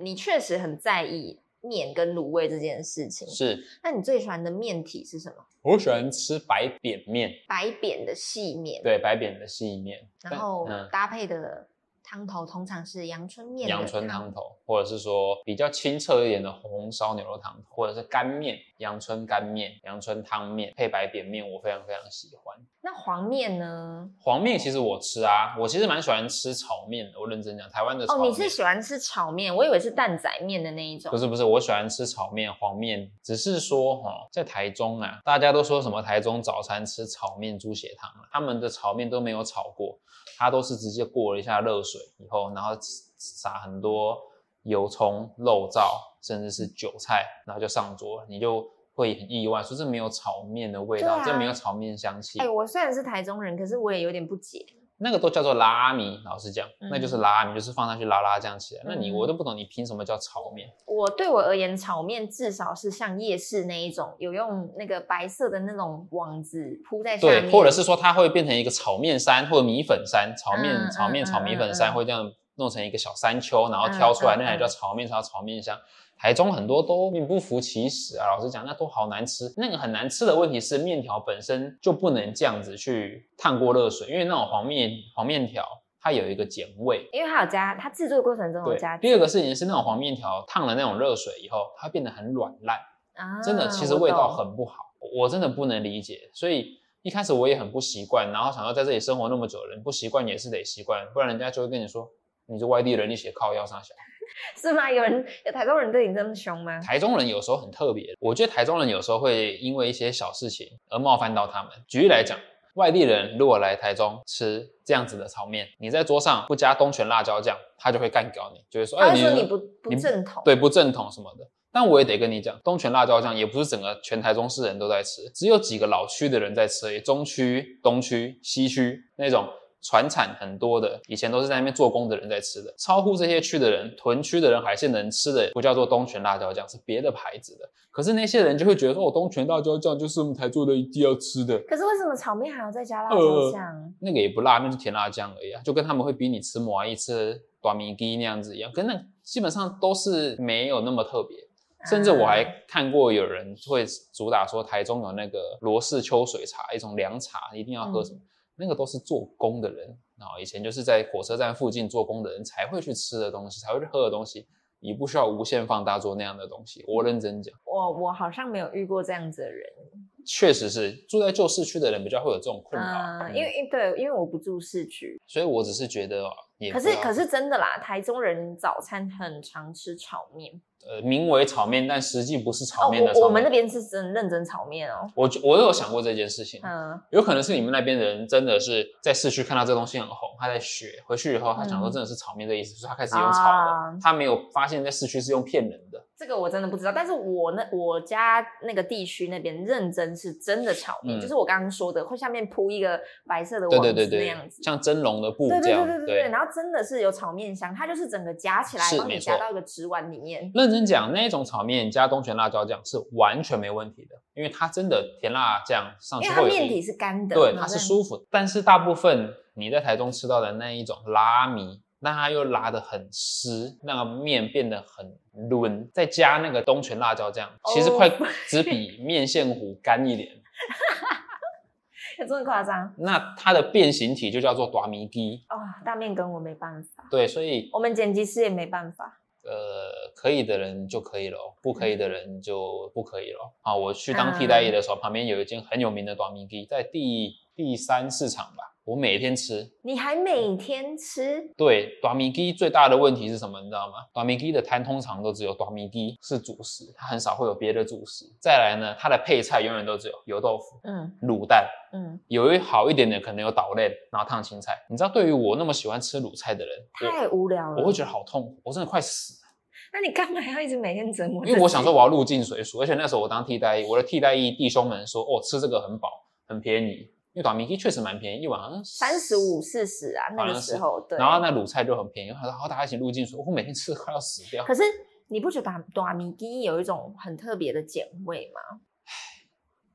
Speaker 2: 你确实很在意面跟卤味这件事情。
Speaker 1: 是
Speaker 2: 那你最喜欢的面体是什么？
Speaker 1: 我喜欢吃白扁面，
Speaker 2: 白扁的细面，
Speaker 1: 对，白扁的细面，
Speaker 2: 然后
Speaker 1: 但嗯
Speaker 2: 搭配的汤头通常是阳春面的
Speaker 1: 阳春汤头，或者是说比较清澈一点的红烧牛肉汤头，或者是干面、阳春干面、阳春汤面配白扁面，我非常非常喜欢。
Speaker 2: 那黄面呢？
Speaker 1: 黄面其实我吃啊，我其实蛮喜欢吃炒面的。我认真讲，台湾的炒
Speaker 2: 哦，
Speaker 1: 面。
Speaker 2: 你是喜欢吃炒面，我以为是蛋仔面的那一种
Speaker 1: 不。是不是，我喜欢吃炒面、黄面，只是说哈、在台中啊，大家都说什么台中早餐吃炒面、猪血汤啊，他们的炒面都没有炒过，它都是直接过了一下热水以后，然后撒很多油葱、肉燥，甚至是韭菜，然后就上桌了，你就会很意外，说这没有炒面的味道，
Speaker 2: 对啊
Speaker 1: 这没有炒面香气。
Speaker 2: 哎、我虽然是台中人，可是我也有点不解。
Speaker 1: 那个都叫做拉米，老实讲，那就是
Speaker 2: 嗯
Speaker 1: 拉米，就是放上去拉拉这样起来。那你
Speaker 2: 嗯
Speaker 1: 我都不懂，你凭什么叫炒面？
Speaker 2: 我对我而言，炒面至少是像夜市那一种，有用那个白色的那种网子铺在下面，
Speaker 1: 对，或者是说它会变成一个炒面山或者米粉山，炒面、
Speaker 2: 嗯
Speaker 1: 炒面
Speaker 2: 嗯
Speaker 1: 炒米粉
Speaker 2: 嗯
Speaker 1: 山
Speaker 2: 嗯
Speaker 1: 会这样弄成一个小山丘，然后挑出来，
Speaker 2: 嗯嗯
Speaker 1: 那才叫炒面，才叫炒面香。台中很多都名不符其实啊，老实讲，那都好难吃。那个很难吃的问题是，面条本身就不能这样子去烫过热水，因为那种黄面黄面条它有一个碱味。
Speaker 2: 因为它有加，它制作过程中有
Speaker 1: 对
Speaker 2: 哦加，
Speaker 1: 第二个事情是那种黄面条烫了那种热水以后，它变得很软烂。
Speaker 2: 啊，
Speaker 1: 真的，其实
Speaker 2: 我
Speaker 1: 味道
Speaker 2: 懂
Speaker 1: 很不好，我真的不能理解。所以一开始我也很不习惯，然后想要在这里生活那么久的人，不习惯也是得习惯，不然人家就会跟你说你是外地人，你写靠腰上小。
Speaker 2: 是吗？有人有台中人对你这么凶吗？
Speaker 1: 台中人有时候很特别，我觉得台中人有时候会因为一些小事情而冒犯到他们。举例来讲。外地人如果来台中吃这样子的炒面，你在桌上不加东泉辣椒酱，他就会干掉你，就会说：“
Speaker 2: 他
Speaker 1: 哎，
Speaker 2: 会
Speaker 1: 你
Speaker 2: 说你不不
Speaker 1: 你
Speaker 2: 正统，
Speaker 1: 对不正统什么的。但我也得跟你讲，东泉辣椒酱也不是整个全台中市人都在吃，只有几个老区的人在吃而已，中区、东区、西区那种船产很多的，以前都是在那边做工的人在吃的。超乎这些区的人，屯区的人、海鲜的人吃的不叫做东泉辣椒酱，是别的牌子的。可是那些人就会觉得说，哦，东泉辣椒酱就是我们台做的一定要吃的，
Speaker 2: 可是为什么炒面还要再加辣
Speaker 1: 呃
Speaker 2: 椒酱？
Speaker 1: 那个也不辣，那是甜辣酱而已啊，就跟他们会逼你吃麻一吃短米鸡那样子一样，跟那基本上都是没有那么特别。甚至我还
Speaker 2: 啊
Speaker 1: 看过有人会主打说台中有那个罗氏秋水茶，一种凉茶，一定要喝什
Speaker 2: 嗯
Speaker 1: 么，那个都是做工的人啊，以前就是在火车站附近做工的人才会去吃的东西，才会去喝的东西。你不需要无限放大做那样的东西，我认真讲，
Speaker 2: 我我好像没有遇过这样子的人，
Speaker 1: 确实是住在旧市区的人比较会有这种困扰，
Speaker 2: 嗯，
Speaker 1: 嗯
Speaker 2: 因为因为对，因为我不住市区，
Speaker 1: 所以我只是觉得哦，也
Speaker 2: 可
Speaker 1: 不
Speaker 2: 是
Speaker 1: 要
Speaker 2: 可是真的啦，台中人早餐很常吃炒面
Speaker 1: 呃，名为炒面，但实际不是炒面的
Speaker 2: 哦，我
Speaker 1: 炒
Speaker 2: 我们那
Speaker 1: 面。
Speaker 2: 边是真认真炒面哦，
Speaker 1: 我觉我有想过这件事情，
Speaker 2: 嗯，
Speaker 1: 有可能是你们那边的人真的是在市区看到这东西很红，他在学，回去以后他想说
Speaker 2: 嗯
Speaker 1: 真的是炒面的意思，所以他开始用炒的
Speaker 2: 啊，
Speaker 1: 他没有发现在市区是用骗人的。
Speaker 2: 这个我真的不知道，但是我那我家那个地区那边认真是真的炒面，
Speaker 1: 嗯
Speaker 2: 就是我刚刚说的，会下面铺一个白色的
Speaker 1: 对
Speaker 2: 网
Speaker 1: 对
Speaker 2: 子
Speaker 1: 对
Speaker 2: 那
Speaker 1: 对
Speaker 2: 样，子。
Speaker 1: 像蒸笼的布
Speaker 2: 对
Speaker 1: 这
Speaker 2: 对对
Speaker 1: 样，
Speaker 2: 对对对，然后真的是有炒面香，它就是整个夹起来
Speaker 1: 是，
Speaker 2: 帮你
Speaker 1: 没
Speaker 2: 夹
Speaker 1: 错
Speaker 2: 到一个纸碗里面。
Speaker 1: 认真讲，那一种炒面加东泉辣椒酱是完全没问题的，因为它真的甜辣酱上
Speaker 2: 因
Speaker 1: 去
Speaker 2: 为
Speaker 1: 会
Speaker 2: 它
Speaker 1: 有
Speaker 2: 面
Speaker 1: 一
Speaker 2: 体是干的，
Speaker 1: 对，
Speaker 2: 然
Speaker 1: 它
Speaker 2: 后
Speaker 1: 是
Speaker 2: 再
Speaker 1: 舒服的。但是大部分你在台中吃到的那一种拉米，那它又拉得很湿，那个面变得很抡，再加那个东泉辣椒酱，其实快
Speaker 2: 哦
Speaker 1: 只比面线糊干一点。
Speaker 2: 真的哎夸张
Speaker 1: 那它的变形体就叫做短米鸡。
Speaker 2: 啊、大面羹我没办法，
Speaker 1: 对，所以
Speaker 2: 我们剪辑师也没办法。
Speaker 1: 呃，可以的人就可以咯，不可以的人就不可以咯。啊，我去当替代役的
Speaker 2: 啊
Speaker 1: 时候，旁边有一间很有名的短米鸡，在第第三市场吧，我每天吃，
Speaker 2: 你还
Speaker 1: 嗯
Speaker 2: 每天吃，
Speaker 1: 对，短米鸡最大的问题是什么？你知道吗？短米鸡的摊通常都只有短米鸡是主食，它很少会有别的主食。再来呢，它的配菜永远都只有油豆腐、
Speaker 2: 嗯
Speaker 1: 卤蛋，
Speaker 2: 嗯，
Speaker 1: 有一好一点的可能有岛类，然后烫青菜。你知道，对于我那么喜欢吃卤菜的人，
Speaker 2: 太无聊了。
Speaker 1: 我我会觉得好痛苦，我真的快死了，
Speaker 2: 那你干嘛要一直每天折磨自己？
Speaker 1: 因为我想说我要入境随俗，而且那时候我当替代役，我的替代役弟兄们说，哦，吃这个很饱，很便宜，因为短米鸡确实蛮便宜，一碗好像
Speaker 2: 三十五、四十啊，那
Speaker 1: 好
Speaker 2: 个
Speaker 1: 像
Speaker 2: 时
Speaker 1: 是
Speaker 2: 候对。
Speaker 1: 然后那卤菜就很便宜，然后大家一起入境随俗，我每天吃的快要死掉。
Speaker 2: 可是你不觉得短米鸡有一种很特别的碱味吗？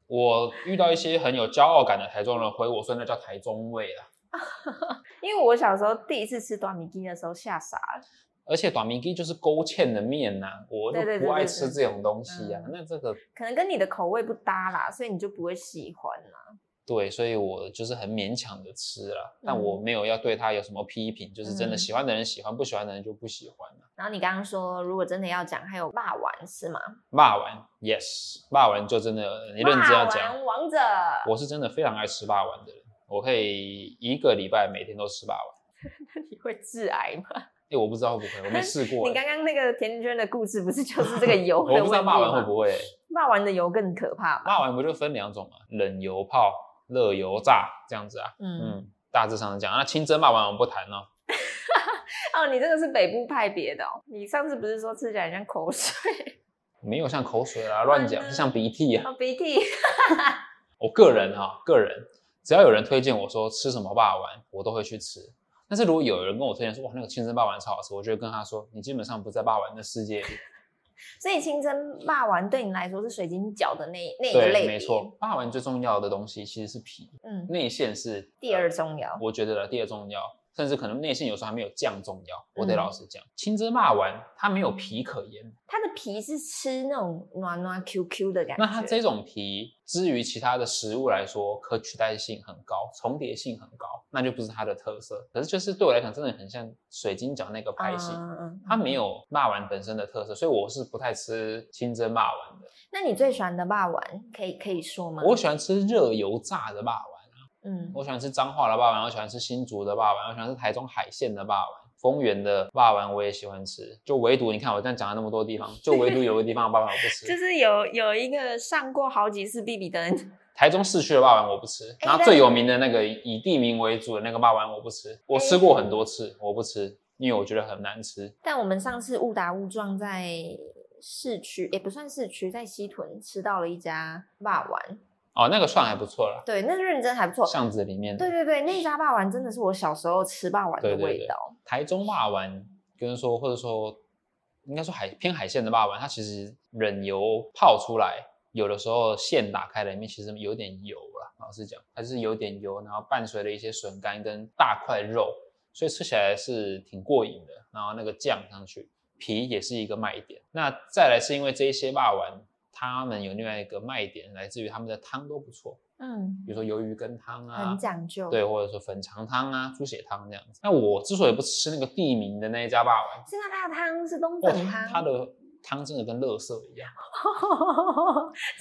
Speaker 1: 我遇到一些很有骄傲感的台中人回我说那叫台中味啊啦。
Speaker 2: 因为我小时候第一次吃短米鸡的时候吓傻了。
Speaker 1: 而且短明鸡就是勾芡的面呐、我就
Speaker 2: 对对对
Speaker 1: 不爱
Speaker 2: 对
Speaker 1: 吃
Speaker 2: 对
Speaker 1: 这种东西呀、
Speaker 2: 嗯
Speaker 1: 那这个
Speaker 2: 可能跟你的口味不搭啦，所以你就不会喜欢啦。
Speaker 1: 对，所以我就是很勉强的吃啦，但
Speaker 2: 嗯
Speaker 1: 我没有要对它有什么批评，就是真的
Speaker 2: 嗯
Speaker 1: 喜欢的人喜欢，不喜欢的人就不喜欢啊了。
Speaker 2: 然后你刚刚说，如果真的要讲，还有霸丸是吗？
Speaker 1: 骂完，yes，骂完就真的你认真要
Speaker 2: 霸
Speaker 1: 讲，
Speaker 2: 王王者，
Speaker 1: 我是真的非常爱吃霸王的人，我可以一个礼拜每天都吃霸王。
Speaker 2: 你会致癌吗？
Speaker 1: 哎，我不知道会不会，我没试过 欸。
Speaker 2: 你刚刚那个甜甜圈的故事不是就是这个油的
Speaker 1: 我
Speaker 2: 问
Speaker 1: 不
Speaker 2: 题
Speaker 1: 知道骂完会
Speaker 2: 吗
Speaker 1: 不会欸、
Speaker 2: 骂完的油更可怕吧？
Speaker 1: 骂完不就分两种嘛，冷油泡、热油炸这样子啊。
Speaker 2: 嗯，
Speaker 1: 嗯，大致上是这样。那清蒸骂完我们不谈了、
Speaker 2: 哦，你这个是北部派别的哦。你上次不是说吃起来很像口水、
Speaker 1: 没有像口水啊，乱讲，
Speaker 2: 嗯
Speaker 1: 是像鼻涕啊。
Speaker 2: 哦 鼻涕？
Speaker 1: 我个人啊，个人只要有人推荐我说吃什么霸丸，我都会去吃。但是如果有人跟我推荐说哇那个清蒸霸丸超好吃，我就会跟他说你基本上不在霸丸的世界里。
Speaker 2: 所以清蒸霸丸对你来说是水晶饺的那那一个类
Speaker 1: 对，
Speaker 2: 别，
Speaker 1: 没错，，霸丸最重要的东西其实是皮，
Speaker 2: 嗯，
Speaker 1: 内馅是
Speaker 2: 第二重要
Speaker 1: 我觉得的第二重要，甚至可能内馅有时候还没有酱重要。我得
Speaker 2: 嗯
Speaker 1: 老实讲，清蒸霸丸它没有皮可言，
Speaker 2: 它的皮是吃那种软软 Q Q 的感觉。
Speaker 1: 那它这种皮，之于其他的食物来说，可取代性很高，重叠性很高，那就不是它的特色。可是就是对我来讲，真的很像水晶饺那个派系，
Speaker 2: 嗯嗯
Speaker 1: 它
Speaker 2: 嗯
Speaker 1: 没有骂丸本身的特色，所以我是不太吃清蒸骂丸的。
Speaker 2: 那你最喜欢的霸丸可以可以说吗？
Speaker 1: 我喜欢吃热油炸的骂丸，
Speaker 2: 嗯，
Speaker 1: 我喜欢吃彰化的骂丸，我喜欢吃新竹的骂丸，我喜欢吃台中海线的骂丸。丰原的霸丸我也喜欢吃，就唯独你看我这样讲了那么多地方，就唯独有个地方霸丸我不吃。
Speaker 2: 就是有有一个上过好几次比比登，
Speaker 1: 台中市区的霸王我不吃，然后
Speaker 2: 但
Speaker 1: 最有名的那个以地名为主的那个霸王我不吃，我吃过很多次，我不吃，因为我觉得很难吃。
Speaker 2: 但我们上次误打误撞在市区，也不算市区，在西屯吃到了一家霸丸，
Speaker 1: 哦，那个算还不错啦，
Speaker 2: 对，那认真还不错。
Speaker 1: 巷子里面
Speaker 2: 对
Speaker 1: 的
Speaker 2: 对对，那家霸丸真的是我小时候吃霸丸的
Speaker 1: 对对
Speaker 2: 味
Speaker 1: 对
Speaker 2: 道。
Speaker 1: 台中霸王，跟说或者说应该说海偏海鲜的霸王，它其实冷油泡出来，有的时候馅打开了，里面其实有点油啦。老实讲，它就是有点油，然后伴随了一些笋干跟大块肉，所以吃起来是挺过瘾的。然后那个酱上去，皮也是一个卖点。那再来是因为这一些霸王，他们有另外一个卖点，来自于他们的汤都不错，
Speaker 2: 嗯
Speaker 1: 比，如说鱿鱼羹汤啊
Speaker 2: 很，讲究。
Speaker 1: 对，，或者说粉肠汤啊、猪血汤这样子。那我之所以不吃那个地名的那一家霸王，
Speaker 2: 现在它的汤是冬
Speaker 1: 哇
Speaker 2: 粉，
Speaker 1: 哦它
Speaker 2: 汤，
Speaker 1: 它的汤真的跟垃圾一样。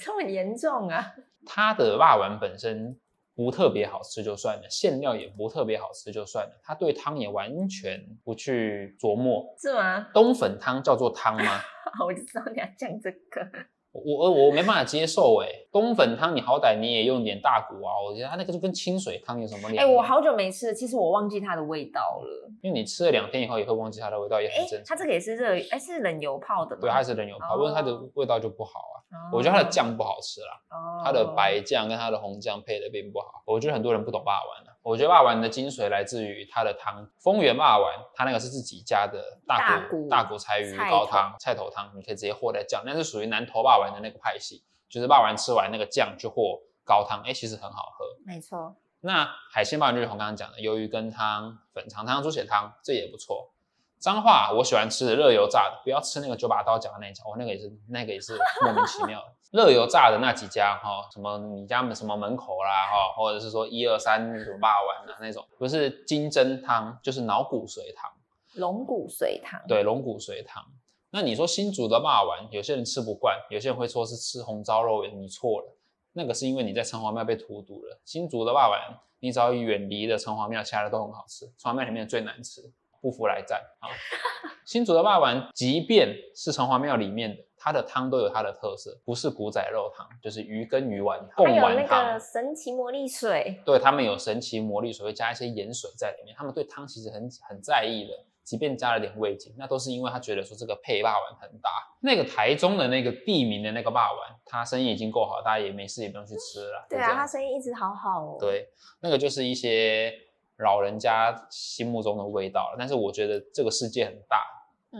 Speaker 2: 这么严重啊？
Speaker 1: 它的辣丸本身不特别好吃就算了，馅料也不特别好吃就算了，它对汤也完全不去琢磨。
Speaker 2: 是吗？
Speaker 1: 冬粉汤叫做汤吗？
Speaker 2: 我就知道你要讲这个。
Speaker 1: 嗯我我我没办法接受哎、冬粉汤你好歹你也用点大骨啊，我觉得它那个就跟清水汤有什么两
Speaker 2: 哎、
Speaker 1: 样？
Speaker 2: 我好久没吃了，其实我忘记它的味道了。
Speaker 1: 因为你吃了两天以后也会忘记它嗯的味道，也
Speaker 2: 哎、
Speaker 1: 很正常。
Speaker 2: 它这个也是热，哎、是冷油泡的吗？
Speaker 1: 对，它是人牛泡，不过它的
Speaker 2: 哦
Speaker 1: 味道就不好啊。
Speaker 2: 哦，
Speaker 1: 我觉得它的酱不好吃啦，
Speaker 2: 哦，
Speaker 1: 它的白酱跟它的红酱配的并不好。我觉得很多人不懂霸丸啊。我觉得霸丸的精髓来自于它的汤，丰源霸丸它那个是自己家的大骨大
Speaker 2: 大骨
Speaker 1: 骨柴鱼
Speaker 2: 菜
Speaker 1: 高
Speaker 2: 头
Speaker 1: 汤、菜头汤，你可以直接和在酱，那是属于南投霸丸的那个派系，就是霸丸吃完那个酱去和高汤，哎，其实很好喝。
Speaker 2: 没错，
Speaker 1: 那海鲜霸王就是我刚刚讲的鱿鱼羹汤、粉肠汤、猪血汤，这也不错。彰化我喜欢吃的热油炸的，不要吃那个九把刀讲的那一家，我那个也是那个也是莫名其妙的。热油炸的那几家哈、什么你家门什么门口啦哈、或者是说一二三什么霸王啊那种，不是金针汤就是脑骨髓汤，
Speaker 2: 龙骨髓汤。
Speaker 1: 对，龙骨髓汤。那你说新煮的霸王，有些人吃不惯，有些人会说是吃红烧肉圆，你错了，那个是因为你在城隍庙被荼毒了。新煮的霸王，你只要远离了城隍庙，其他的都很好吃，城隍庙里面的最难吃，不服来战 啊！新煮的霸王，即便是城隍庙里面的，它的汤都有它的特色，不是骨仔肉汤，就是鱼跟鱼丸
Speaker 2: 它
Speaker 1: 贡
Speaker 2: 有那
Speaker 1: 丸汤。
Speaker 2: 个神奇魔力水，
Speaker 1: 对他们有神奇魔力水，会加一些盐水在里面。他们对汤其实很很在意的，即便加了点味精，那都是因为他觉得说这个配霸丸很搭。那个台中的那个地名的那个霸丸，他生意已经够好，大家也没事也不用去吃了啦。
Speaker 2: 对
Speaker 1: 就这
Speaker 2: 啊，
Speaker 1: 样
Speaker 2: 它声音一直好好哦。，
Speaker 1: 对，那个就是一些老人家心目中的味道了。但是我觉得这个世界很大，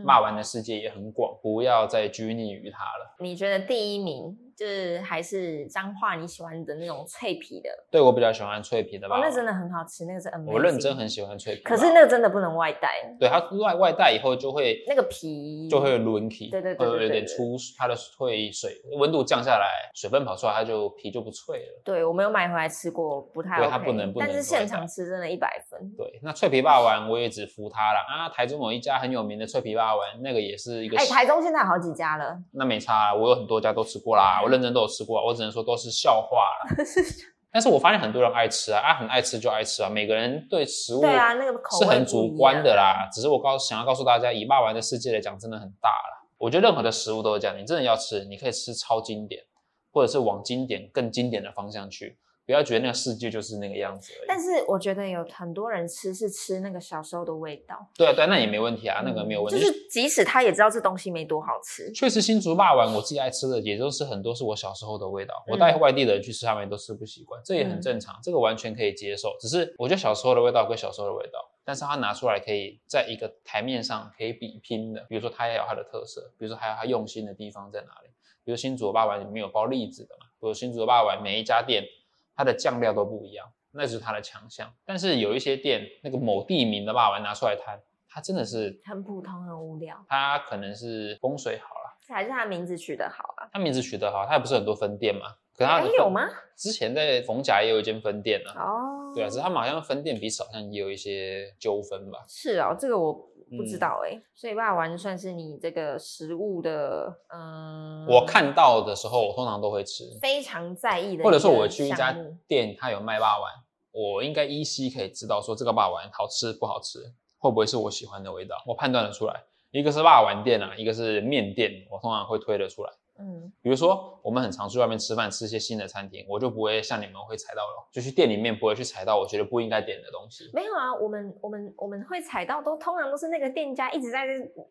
Speaker 1: 霸
Speaker 2: 嗯、
Speaker 1: 丸的世界也很广，不要再拘泥于它了。
Speaker 2: 你觉得第一名就是还是彰化你喜欢的那种脆皮的？
Speaker 1: 对我比较喜欢脆皮的霸
Speaker 2: 哦，那
Speaker 1: 丸，
Speaker 2: 真的很好吃，那个是 amazing。
Speaker 1: 我认真很喜欢脆皮霸
Speaker 2: 可
Speaker 1: 丸。
Speaker 2: 是那个真的不能外带，
Speaker 1: 对它外外带以后就会
Speaker 2: 那个皮
Speaker 1: 就会轮起，
Speaker 2: 对对对
Speaker 1: 会
Speaker 2: 对
Speaker 1: 有
Speaker 2: 对
Speaker 1: 点
Speaker 2: 对
Speaker 1: 出它的会水温度降下来，水分跑出来，它就皮就不脆了。
Speaker 2: 对我没有买回来吃过，不太 OK,
Speaker 1: 对它不能不能
Speaker 2: 但是
Speaker 1: 外带
Speaker 2: 现场吃真的一百分。
Speaker 1: 对，那脆皮霸丸我也只服它了啊。台中有一家很有名的脆皮霸丸，那个也是一个
Speaker 2: 哎、
Speaker 1: 小，
Speaker 2: 台中现在好几家了，
Speaker 1: 那没差啦，我有很多家都吃过啦，我认真都有吃过，我只能说都是笑话啦。 但是我发现很多人爱吃啊，啊很爱吃就爱吃啊，每个人对食物
Speaker 2: 对啊，那个口味
Speaker 1: 是很
Speaker 2: 不
Speaker 1: 主
Speaker 2: 一
Speaker 1: 观
Speaker 2: 样
Speaker 1: 的。啦。只是我告想要告诉大家，以霸丸的世界来讲，真的很大啦。我觉得任何的食物都是这样，你真的要吃，你可以吃超经典，或者是往经典更经典的方向去，不要觉得那个世界就是那个样子而
Speaker 2: 但
Speaker 1: 已。
Speaker 2: 是我觉得有很多人吃是吃那个小时候的味道，嗯
Speaker 1: 对啊，对啊，那也没问题啊，那个没有问
Speaker 2: 就
Speaker 1: 题。
Speaker 2: 是即使他也知道这东西没多好吃，
Speaker 1: 确实，新竹霸丸我自己爱吃的，也就是很多是我小时候的味道。
Speaker 2: 嗯
Speaker 1: 我带外地的人去吃，他们也都吃不习惯，这也很
Speaker 2: 嗯
Speaker 1: 正常，这个完全可以接受。只是我觉得小时候的味道归小时候的味道，但是它拿出来可以在一个台面上可以比拼的，比如说它也有它的特色，比如说还有它用心的地方在哪里。比如新竹的霸丸里面有包栗子的嘛，比如新竹的霸丸每一家店它的酱料都不一样，那就是它的强项。但是有一些店那个某地名的霸丸拿出来摊，它真的是
Speaker 2: 很普通，很无聊。
Speaker 1: 它可能是风水好了。
Speaker 2: 还是他名字取得好啊？
Speaker 1: 它名字取得好，它也不是很多分店嘛。可它
Speaker 2: 哎
Speaker 1: 的分
Speaker 2: 有吗？
Speaker 1: 之前在逢甲也有一间分店啊。
Speaker 2: 哦，
Speaker 1: 对啊，只是他们好像分店彼此好像也有一些纠纷吧。
Speaker 2: 是哦，这个我不知
Speaker 1: 嗯
Speaker 2: 道哎、所以霸王算是你这个食物的，嗯，
Speaker 1: 我看到的时候，我通常都会吃，
Speaker 2: 非常在意的个项目，
Speaker 1: 或者说我去一家店，它有卖霸丸，我应该依稀可以知道说这个霸丸好吃不好吃，会不会是我喜欢的味道，我判断得出来。一个是霸丸店啊，一个是面店，我通常会推得出来。
Speaker 2: 嗯，
Speaker 1: 比如说，我们很常去外面吃饭，吃一些新的餐厅，我就不会像你们会踩到了，就去店里面不会去踩到我觉得不应该点的东西。
Speaker 2: 没有啊，我们我们我们会踩到都通常都是那个店家一直在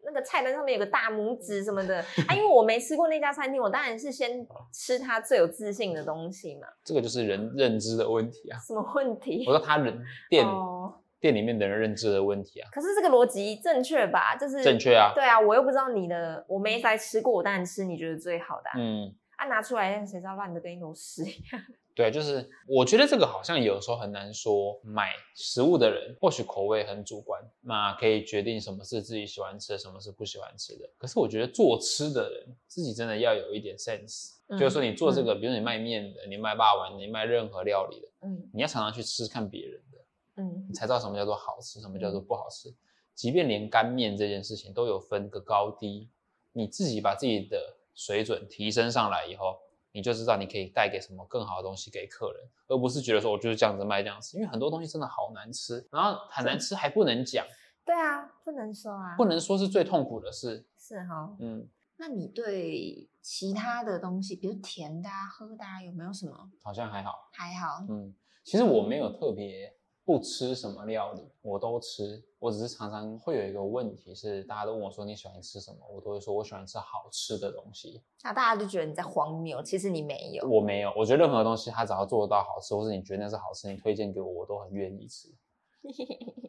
Speaker 2: 那个菜单上面有个大拇指什么的啊，因为我没吃过那家餐厅，我当然是先吃它最有自信的东西嘛，
Speaker 1: 这个就是人认知的问题啊。
Speaker 2: 什么问题
Speaker 1: 我？说他人店、
Speaker 2: 哦
Speaker 1: 店里面的人认知的问题啊，
Speaker 2: 可是这个逻辑正确吧？就是
Speaker 1: 正。确啊。
Speaker 2: 对啊，我又不知道你的，我没来吃过，我当然吃你觉得最好的啊、
Speaker 1: 嗯，
Speaker 2: 啊，拿出来谁知道烂的跟一坨屎一样。
Speaker 1: 对，就是我觉得这个好像有时候很难说。买食物的人或许口味很主观，那可以决定什么是自己喜欢吃的，什么是不喜欢吃的。可是我觉得做吃的人自己真的要有一点 sense，、
Speaker 2: 嗯
Speaker 1: 就是说你做这个，比如你卖面的，你卖霸王，你卖任何料理的，
Speaker 2: 嗯
Speaker 1: 你要常常去吃看别人的，
Speaker 2: 嗯
Speaker 1: 你，才知道什么叫做好吃，什么叫做不好吃。即便连干面这件事情都有分个高低，你自己把自己的水准提升上来以后，你就知道你可以带给什么更好的东西给客人，而不是觉得说我就是这样子卖这样子，因为很多东西真的好难吃，然后很难吃还不能讲，
Speaker 2: 对啊，不能说啊，
Speaker 1: 不能说是最痛苦的事，
Speaker 2: 是哈。
Speaker 1: 嗯。
Speaker 2: 那你对其他的东西，比如甜的、啊、喝的、啊，有没有什么
Speaker 1: 好像还好。
Speaker 2: 还好？
Speaker 1: 嗯，其实我没有特别不吃什么料理，我都吃。我只是常常会有一个问题是，大家都问我说你喜欢吃什么，我都会说我喜欢吃好吃的东西。
Speaker 2: 那大家就觉得你在荒谬，其实你没有。
Speaker 1: 我没有，我觉得任何东西它只要做得到好吃，或是你觉得那是好吃，你推荐给我，我都很愿意吃。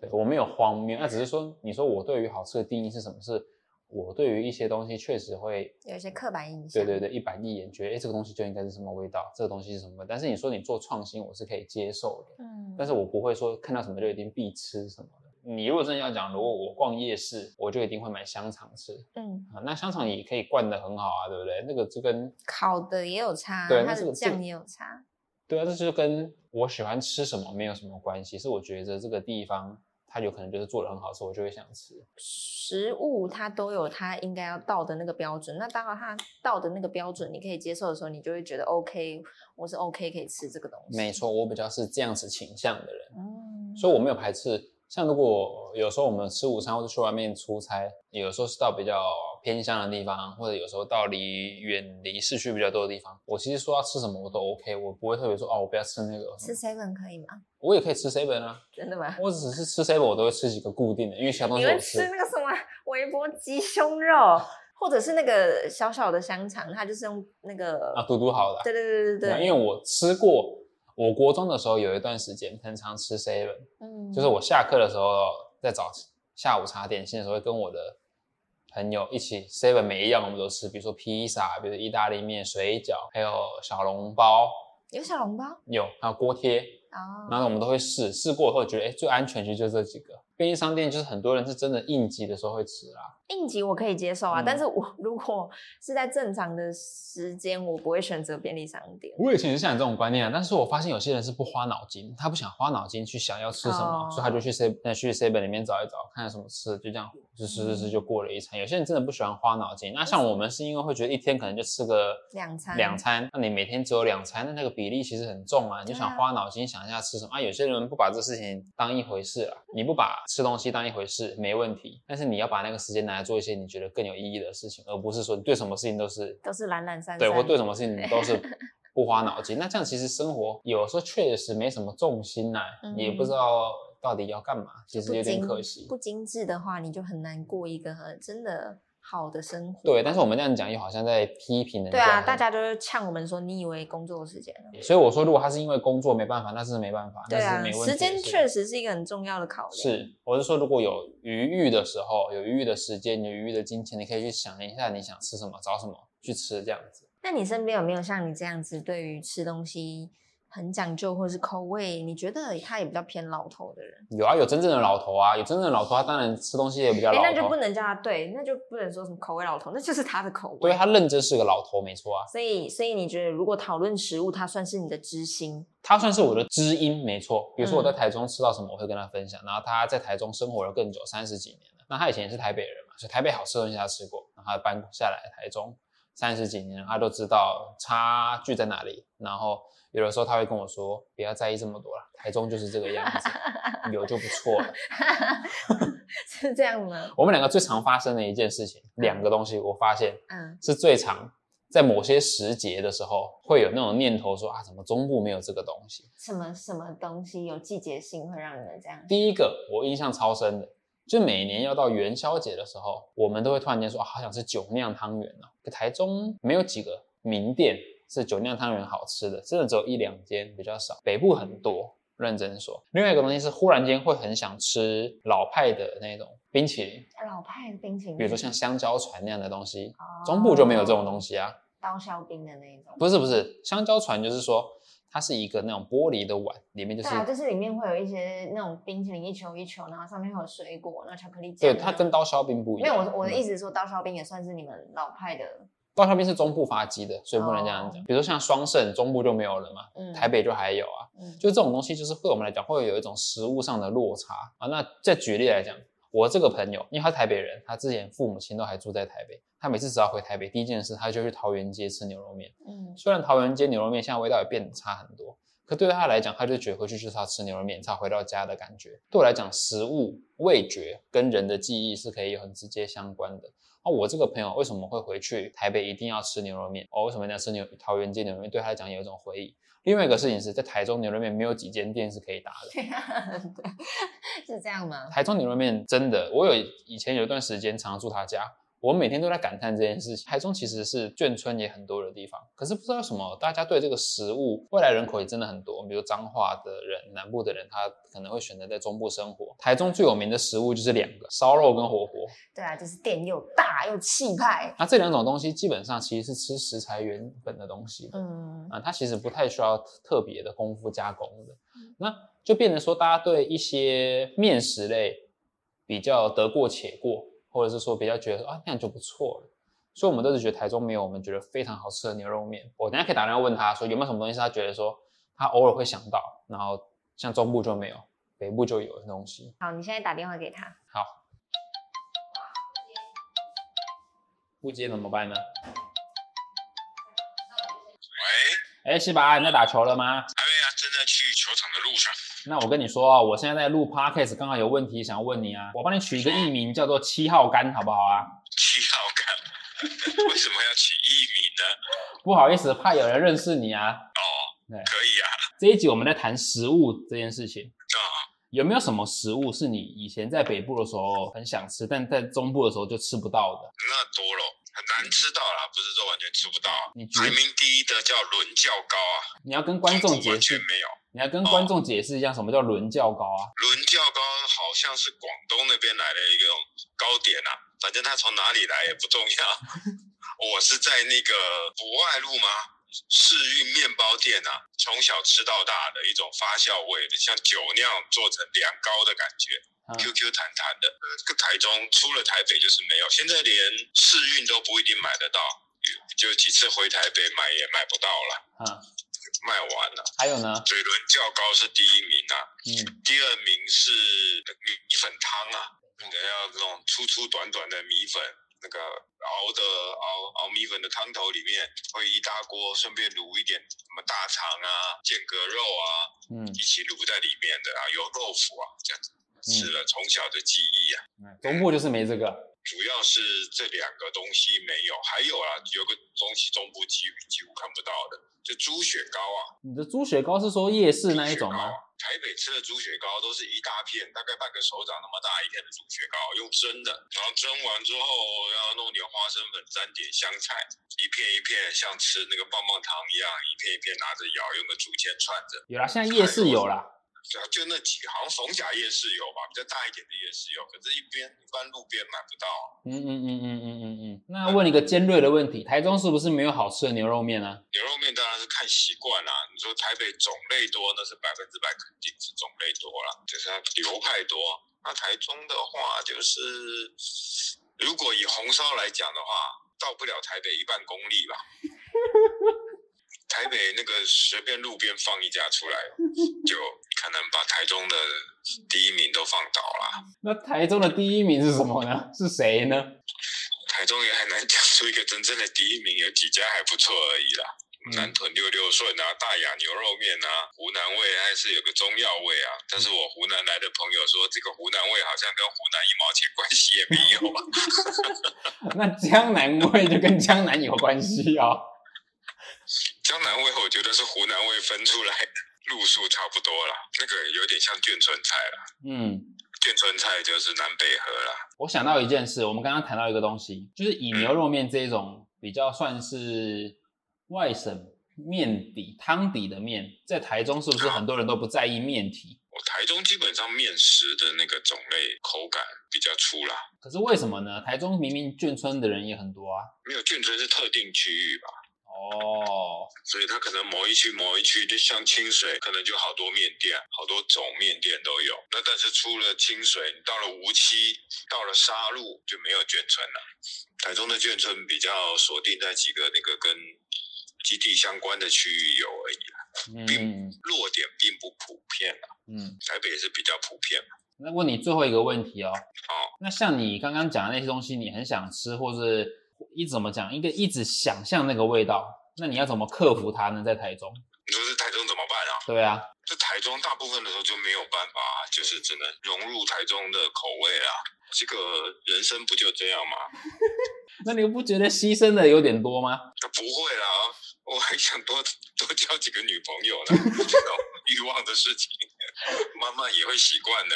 Speaker 1: 对我没有荒谬，那只是说你说我对于好吃的定义是什么？是我对于一些东西确实会
Speaker 2: 有一些刻板印象。
Speaker 1: 对对对，一板一眼，觉得哎、诶这个东西就应该是什么味道，这个东西是什么味道。但是你说你做创新，我是可以接受的，
Speaker 2: 嗯，
Speaker 1: 但是我不会说看到什么就一定必吃什么的。你如果真的要讲，如果我逛夜市，我就一定会买香肠吃
Speaker 2: 嗯，
Speaker 1: 啊。那香肠也可以灌的很好啊，对不对？那个就跟
Speaker 2: 烤的也有差，
Speaker 1: 对
Speaker 2: 它
Speaker 1: 那这
Speaker 2: 的
Speaker 1: 个这
Speaker 2: 酱
Speaker 1: 个
Speaker 2: 也有差。
Speaker 1: 对啊，这就跟我喜欢吃什么没有什么关系，是我觉得这个地方它有可能就是做的很好吃，我就会想吃。
Speaker 2: 食物它都有它应该要到的那个标准，那当然它到的那个标准你可以接受的时候，你就会觉得 OK，我是 OK 可以吃这个东西。
Speaker 1: 没，错，我比较是这样子倾向的人。
Speaker 2: 嗯，
Speaker 1: 所以我没有排斥。像如果有时候我们吃午餐或者去外面出差，有时候是到比较偏乡的地方，或者有时候到离远离市区比较多的地方，我其实说要吃什么我都 OK，我不会特别说哦，我不要吃那个。
Speaker 2: 吃 seven 可以吗？
Speaker 1: 我也可以吃 seven 啊，
Speaker 2: 真的吗？
Speaker 1: 我只是吃 seven 我都会吃几个固定的，因为其他东
Speaker 2: 你
Speaker 1: 西
Speaker 2: 会
Speaker 1: 我
Speaker 2: 吃那个什么微波鸡胸肉，或者是那个小小的香肠，它就是用那个
Speaker 1: 啊，嘟嘟好了啊。
Speaker 2: 对对对对对，
Speaker 1: 因为我吃过，我国中的时候有一段时间很常吃 seven，
Speaker 2: 嗯
Speaker 1: 就是我下课的时候在找下午茶点心的时候，会跟我的朋友一起 seven 每一样我们都吃，比如说披萨，比如说意大利面、水饺，还有小笼包，
Speaker 2: 有小笼包
Speaker 1: 有还有锅贴，
Speaker 2: 哦，
Speaker 1: 然后我们都会试，试过后觉得哎、诶最安全其实就这几个。便利商店就是很多人是真的应急的时候会吃啦，
Speaker 2: 应急我可以接受啊，
Speaker 1: 嗯
Speaker 2: 但是我 如果是在正常的时间，我不会选择便利商店。
Speaker 1: 我以前也是像你这种观念啊，但是我发现有些人是不花脑筋，他不想花脑筋去想要吃什么，
Speaker 2: 哦
Speaker 1: 所以他就去 C 呃去 C 本里面找一找，看有什么吃的，就这样就吃吃
Speaker 2: 嗯
Speaker 1: 吃就过了一餐。有些人真的不喜欢花脑筋，那像我们是因为会觉得一天可能就吃个
Speaker 2: 两餐
Speaker 1: 两餐，那你每天只有两餐，那那个比例其实很重啊，你就
Speaker 2: 对
Speaker 1: 想
Speaker 2: 啊
Speaker 1: 花脑筋想一下吃什么啊。有些人不把这事情当一回事啊，你不把吃东西当一回事没问题，但是你要把那个时间拿来做一些你觉得更有意义的事情，而不是说你对什么事情都是
Speaker 2: 都是懒懒散散，
Speaker 1: 对，或对什么事情都 是不花脑筋。那这样其实生活有时候确实没什么重心呐、
Speaker 2: 嗯
Speaker 1: 也不知道到底要干嘛，其
Speaker 2: 不
Speaker 1: 实有点
Speaker 2: 精
Speaker 1: 可惜
Speaker 2: 不。精致的话，你就很难过一个很真的好的生活。
Speaker 1: 对，但是我们这样讲又好像在批评人
Speaker 2: 对
Speaker 1: 家
Speaker 2: 啊，大家就是呛我们说，你以为工作时间了？
Speaker 1: 所以我说，如果他是因为工作没办法，那是没办法，
Speaker 2: 对
Speaker 1: 那
Speaker 2: 啊
Speaker 1: 是，没问题。
Speaker 2: 时间确。实是一个很重要的考量。
Speaker 1: 是，我是说，如果有余裕的时候，有余裕的时间，有余裕的金钱，你可以去想一下你想吃什么，找什么去吃，这样子。
Speaker 2: 那你身边有没有像你这样子，对于吃东西很讲究，或是口味，你觉得他也比较偏老头的人？
Speaker 1: 有啊，有真正的老头啊，有真正的老头，他当然吃东西也比较
Speaker 2: 哎、
Speaker 1: 老头。
Speaker 2: 那就不能叫他对，那就不能说什么口味老头，那就是他的口味。
Speaker 1: 对他认真是个老头，没错啊。
Speaker 2: 所以，所以你觉得，如果讨论食物，它算是你的 知心，
Speaker 1: 他算是我的知音，没错。比如说我在
Speaker 2: 嗯
Speaker 1: 台中吃到什么，我会跟他分享。然后他在台中生活了更久，三十几年了。那他以前也是台北人嘛，所以台北好吃的东西他吃过。然后他搬下来台中三十几年了，他都知道差距在哪里。然后有的时候他会跟我说：“不要在意这么多了，台中就是这个样子，有就不错了。
Speaker 2: 是这样吗”？
Speaker 1: 我们两个最常发生的一件事情，两个东西我发现
Speaker 2: 嗯，
Speaker 1: 是最常在某些时节的时候会有那种念头说：“啊，怎么中部没有这个东西？”
Speaker 2: 什么什么东西有季节性会让你们这样？
Speaker 1: 第一个我印象超深的，就每年要到元宵节的时候，我们都会突然间说啊，好想吃酒酿汤圆啊。可台中没有几个名店是酒酿汤圆好吃的，真的只有一两间，比较少。北部很多，认真说。另外一个东西是忽然间会很想吃老派的那种冰淇淋，
Speaker 2: 老派的冰淇淋，
Speaker 1: 比如说像香蕉船那样的东西。
Speaker 2: 哦
Speaker 1: 中部就没有这种东西啊，
Speaker 2: 刀削冰的那一种，
Speaker 1: 不是不是，香蕉船就是说它是一个那种玻璃的碗，里面就是
Speaker 2: 对啊，就是里面会有一些那种冰淇淋一球一球，然后上面会有水果，然后巧克力酱
Speaker 1: 对
Speaker 2: 的那种。
Speaker 1: 它跟刀削冰不一
Speaker 2: 没有
Speaker 1: 样。
Speaker 2: 我我的
Speaker 1: 嗯
Speaker 2: 意思是说，刀削冰也算是你们老派的，
Speaker 1: 刀削冰是中部发迹的，所以不能这样讲。比如说像双盛，中部就没有了嘛，
Speaker 2: 嗯，
Speaker 1: 台北就还有啊。
Speaker 2: 嗯
Speaker 1: 就这种东西，就是对我们来讲会有一种食物上的落差啊。那再举例来讲，我这个朋友，因为他台北人，他之前父母亲都还住在台北，他每次只要回台北，第一件事他就去桃园街吃牛肉面。
Speaker 2: 嗯，
Speaker 1: 虽然桃园街牛肉面现在味道也变得差很多，可对他来讲，他就觉得回去就是他吃牛肉面，他回到家的感觉。对我来讲，食物味觉跟人的记忆是可以有很直接相关的。那、我这个朋友为什么会回去台北一定要吃牛肉面？哦，为什么一定要吃牛桃园街牛肉面？对他来讲有一种回忆。另外一个事情是在台中牛肉面没有几间店是可以打的。
Speaker 2: 对是这样吗？
Speaker 1: 台中牛肉面真的，我有以前有一段时间常住他家，我每天都在感叹这件事情。台中其实是眷村也很多的地方，可是不知道为什么，大家对这个食物，未来人口也真的很多，比如彰化的人、南部的人，他可能会选择在中部生活。台中最有名的食物就是两个，烧肉跟火锅。
Speaker 2: 对啊，就是店又大又气派，
Speaker 1: 那这两种东西基本上其实是吃食材原本的东西的。
Speaker 2: 嗯，
Speaker 1: 啊，它其实不太需要特别的功夫加工的，那就变成说大家对一些面食类比较得过且过，或者是说比较觉得啊那样就不错了，所以我们都是觉得台中没有我们觉得非常好吃的牛肉面。我等一下可以打电话问他说有没有什么东西是他觉得说他偶尔会想到，然后像中部就没有，北部就有的东西。
Speaker 2: 好，你现在打电话给他，
Speaker 1: 好，不接怎么办呢？
Speaker 3: 喂，
Speaker 1: 哎，西拔，你在打球了吗？
Speaker 3: 还有呀，正在去球场的路上。
Speaker 1: 那我跟你说啊，我现在在录 podcast，刚好有问题想问你啊，我帮你取一个艺名叫做七号杆，好不好啊？
Speaker 3: 七号杆， 为什么要起艺名呢？
Speaker 1: 不好意思，怕有人认识你啊。
Speaker 3: 可以啊，
Speaker 1: 这一集我们在谈食物这件事情，
Speaker 3: 啊，
Speaker 1: 有没有什么食物是你以前在北部的时候很想吃，但在中部的时候就吃不到的？
Speaker 3: 那多了，很难吃到啦，不是说完全吃不到啊。
Speaker 1: 你觉
Speaker 3: 排
Speaker 1: 得
Speaker 3: 名第一的叫伦教糕啊，
Speaker 1: 你要跟观众
Speaker 3: 中部
Speaker 1: 解
Speaker 3: 完全
Speaker 1: 释，
Speaker 3: 没有。
Speaker 1: 你要跟观众解释一下什么叫伦教糕啊？
Speaker 3: 伦教糕好像是广东那边来的一个糕点啊，反正它从哪里来也不重要。 我是在那个博爱路吗？世运面包店啊，从小吃到大的一种发酵味的，像酒酿做成凉糕的感觉。
Speaker 1: 嗯
Speaker 3: QQ 弹弹的。呃，这个台中除了台北就是没有，现在连试运都不一定买得到，就几次回台北买也买不到了，
Speaker 1: 嗯，
Speaker 3: 卖完了。
Speaker 1: 还有呢，
Speaker 3: 嘴轮较高是第一名啊，
Speaker 1: 嗯，
Speaker 3: 第二名是米粉汤啊，那个要那种粗粗短短的米粉，那个熬的熬熬米粉的汤头里面会一大锅，顺便卤一点什么大肠啊、间隔肉啊，
Speaker 1: 嗯
Speaker 3: 一起卤在里面的啊，有肉脯啊，这样子吃了从小的记忆啊。
Speaker 1: 嗯，中部就是没这个。
Speaker 3: 主要是这两个东西没有，还有啊，有个东西中部几几乎看不到的，就猪血糕啊，
Speaker 1: 你的猪血糕是说夜市那一种
Speaker 3: 猪血
Speaker 1: 吗
Speaker 3: 糕？啊？台北吃的猪血糕都是一大片，大概半个手掌那么大一片的猪血糕，用蒸的，然后蒸完之后要弄点花生粉，沾点香菜，一片一片像吃那个棒棒糖一样，一片一片拿着咬，用个竹签串着。
Speaker 1: 有啦，现在夜市有啦。
Speaker 3: 对啊，就那几个，好像逢甲夜市有吧，比较大一点的夜市有，可是一边一般路边买不到啊。
Speaker 1: 嗯嗯嗯嗯嗯嗯嗯。那问一个尖锐的问题，台中是不是没有好吃的牛肉面呢、
Speaker 3: 牛肉面当然是看习惯啦。你说台北种类多，那是百分之百肯定是种类多啦，就是它流派多。那台中的话，就是如果以红烧来讲的话，到不了台北一半公里吧。台北那个随便路边放一家出来，就可能把台中的第一名都放倒啦。
Speaker 1: 那台中的第一名是什么呢？是谁呢？
Speaker 3: 台中也很难讲出一个真正的第一名，有几家还不错而已啦。南屯六六顺啊，大雅牛肉面啊，湖南味还是有个中药味啊。但是我湖南来的朋友说，这个湖南味好像跟湖南一毛钱关系也 没有啊。
Speaker 1: 那江南味就跟江南有关系哦。
Speaker 3: 江南味我觉得是湖南味分出来的，路数差不多啦。那个有点像眷村菜啦，
Speaker 1: 嗯，
Speaker 3: 眷村菜就是南北河啦。
Speaker 1: 我想到一件事，我们刚刚谈到一个东西，就是以牛肉面这一种比较算是外省面底汤底的面，在台中是不是很多人都不在意面体？
Speaker 3: 我台中基本上面食的那个种类口感比较粗啦，
Speaker 1: 可是为什么呢？台中明明眷村的人也很多啊。
Speaker 3: 没有眷村是特定区域吧。
Speaker 1: 哦，
Speaker 3: 所以它可能某一区某一区，就像清水，可能就好多面店，好多种面店都有。那但是出了清水，你到了无期，到了沙鹿就没有眷村了。台中的眷村比较锁定在几个那个跟基地相关的区域有而已，
Speaker 1: 嗯
Speaker 3: 落点并不普遍啊。
Speaker 1: 嗯。
Speaker 3: 台北也是比较普遍嘛。啊
Speaker 1: 那问你最后一个问题哦。
Speaker 3: 好，
Speaker 1: 那像你刚刚讲的那些东西，你很想吃，或是一直怎么讲，一个一直想象那个味道，那你要怎么克服它呢？在台中，
Speaker 3: 你说这台中怎么办啊？
Speaker 1: 对啊，
Speaker 3: 在台中大部分的时候就没有办法，啊就是只能融入台中的口味啊。这个人生不就这样吗？
Speaker 1: 那你不觉得牺牲的有点多吗？
Speaker 3: 不会啦，我还想多多交几个女朋友呢，这种欲望的事情，慢慢也会习惯的。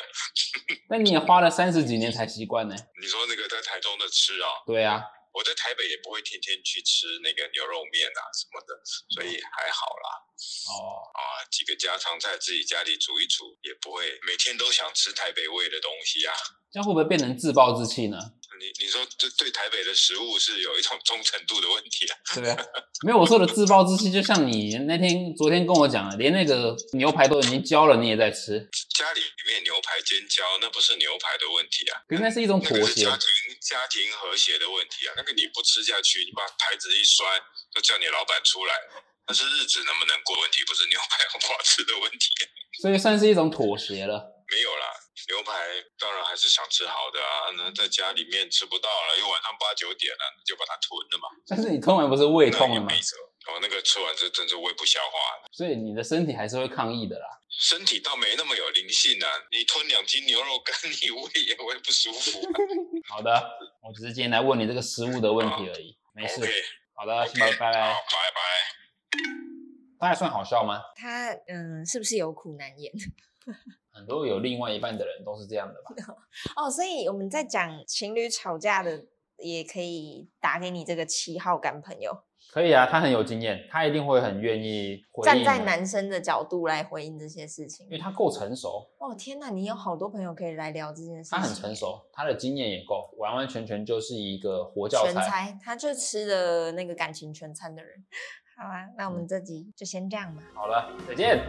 Speaker 1: 那你也花了三十几年才习惯呢。
Speaker 3: 你说那个在台中的吃啊，
Speaker 1: 对啊，
Speaker 3: 我在台北也不会天天去吃那个牛肉面啊什么的，所以还好啦。
Speaker 1: 哦，
Speaker 3: 啊，几个家常菜自己家里煮一煮，也不会每天都想吃台北味的东西啊。
Speaker 1: 这样会不会变成自暴自弃呢？
Speaker 3: 你你说这对台北的食物是有一种忠诚度的问题啊？
Speaker 1: 对啊，没有我说的自暴自弃，就像你那天昨天跟我讲的，连那个牛排都已经焦了，你也在吃，
Speaker 3: 家里面牛排尖椒，那不是牛排的问题啊，
Speaker 1: 可是那是一种
Speaker 3: 那
Speaker 1: 妥
Speaker 3: 个是
Speaker 1: 协
Speaker 3: 家。庭家庭和谐的问题啊。那个你不吃下去，你把牌子一摔，就叫你老板出来。但是日子能不能过问题，不是牛排好不好吃的问题。
Speaker 1: 所以算是一种妥协了。
Speaker 3: 没有啦，牛排当然还是想吃好的啊。那在家里面吃不到了，又晚上八九点了，你就把它吞了嘛。
Speaker 1: 但是你吞完不是胃
Speaker 3: 那
Speaker 1: 痛
Speaker 3: 也
Speaker 1: 了吗
Speaker 3: 没？辙。哦，那个吃完这真是胃不消化，
Speaker 1: 所以你的身体还是会抗议的啦。
Speaker 3: 身体倒没那么有灵性啊。你吞两斤牛肉干， 你胃也会不舒服、啊。
Speaker 1: 好的，我只是今天来问你这个食物的问题而已，没事。
Speaker 3: OK，
Speaker 1: 好的，先拜拜。
Speaker 3: 好，拜拜。
Speaker 1: 他还算好笑吗？
Speaker 2: 他嗯，是不是有苦难言？
Speaker 1: 很多有另外一半的人都是这样的吧？
Speaker 2: 哦，所以我们在讲情侣吵架的，也可以打给你这个七号干朋友，
Speaker 1: 可以啊，他很有经验，他一定会很愿意回应
Speaker 2: 站
Speaker 1: 你
Speaker 2: 在，男生的角度来回应这些事情
Speaker 1: 因。为他够成熟，
Speaker 2: 哦，天哪，你有好多朋友可以来聊这件事情。
Speaker 1: 他很成，熟，他的经验也够，完完全全就是一个活教
Speaker 2: 全
Speaker 1: 材。
Speaker 2: 才，他就吃了 嗯那个感情全餐的人。好啊，那我们这集就先这样吧。
Speaker 1: 好了，再见。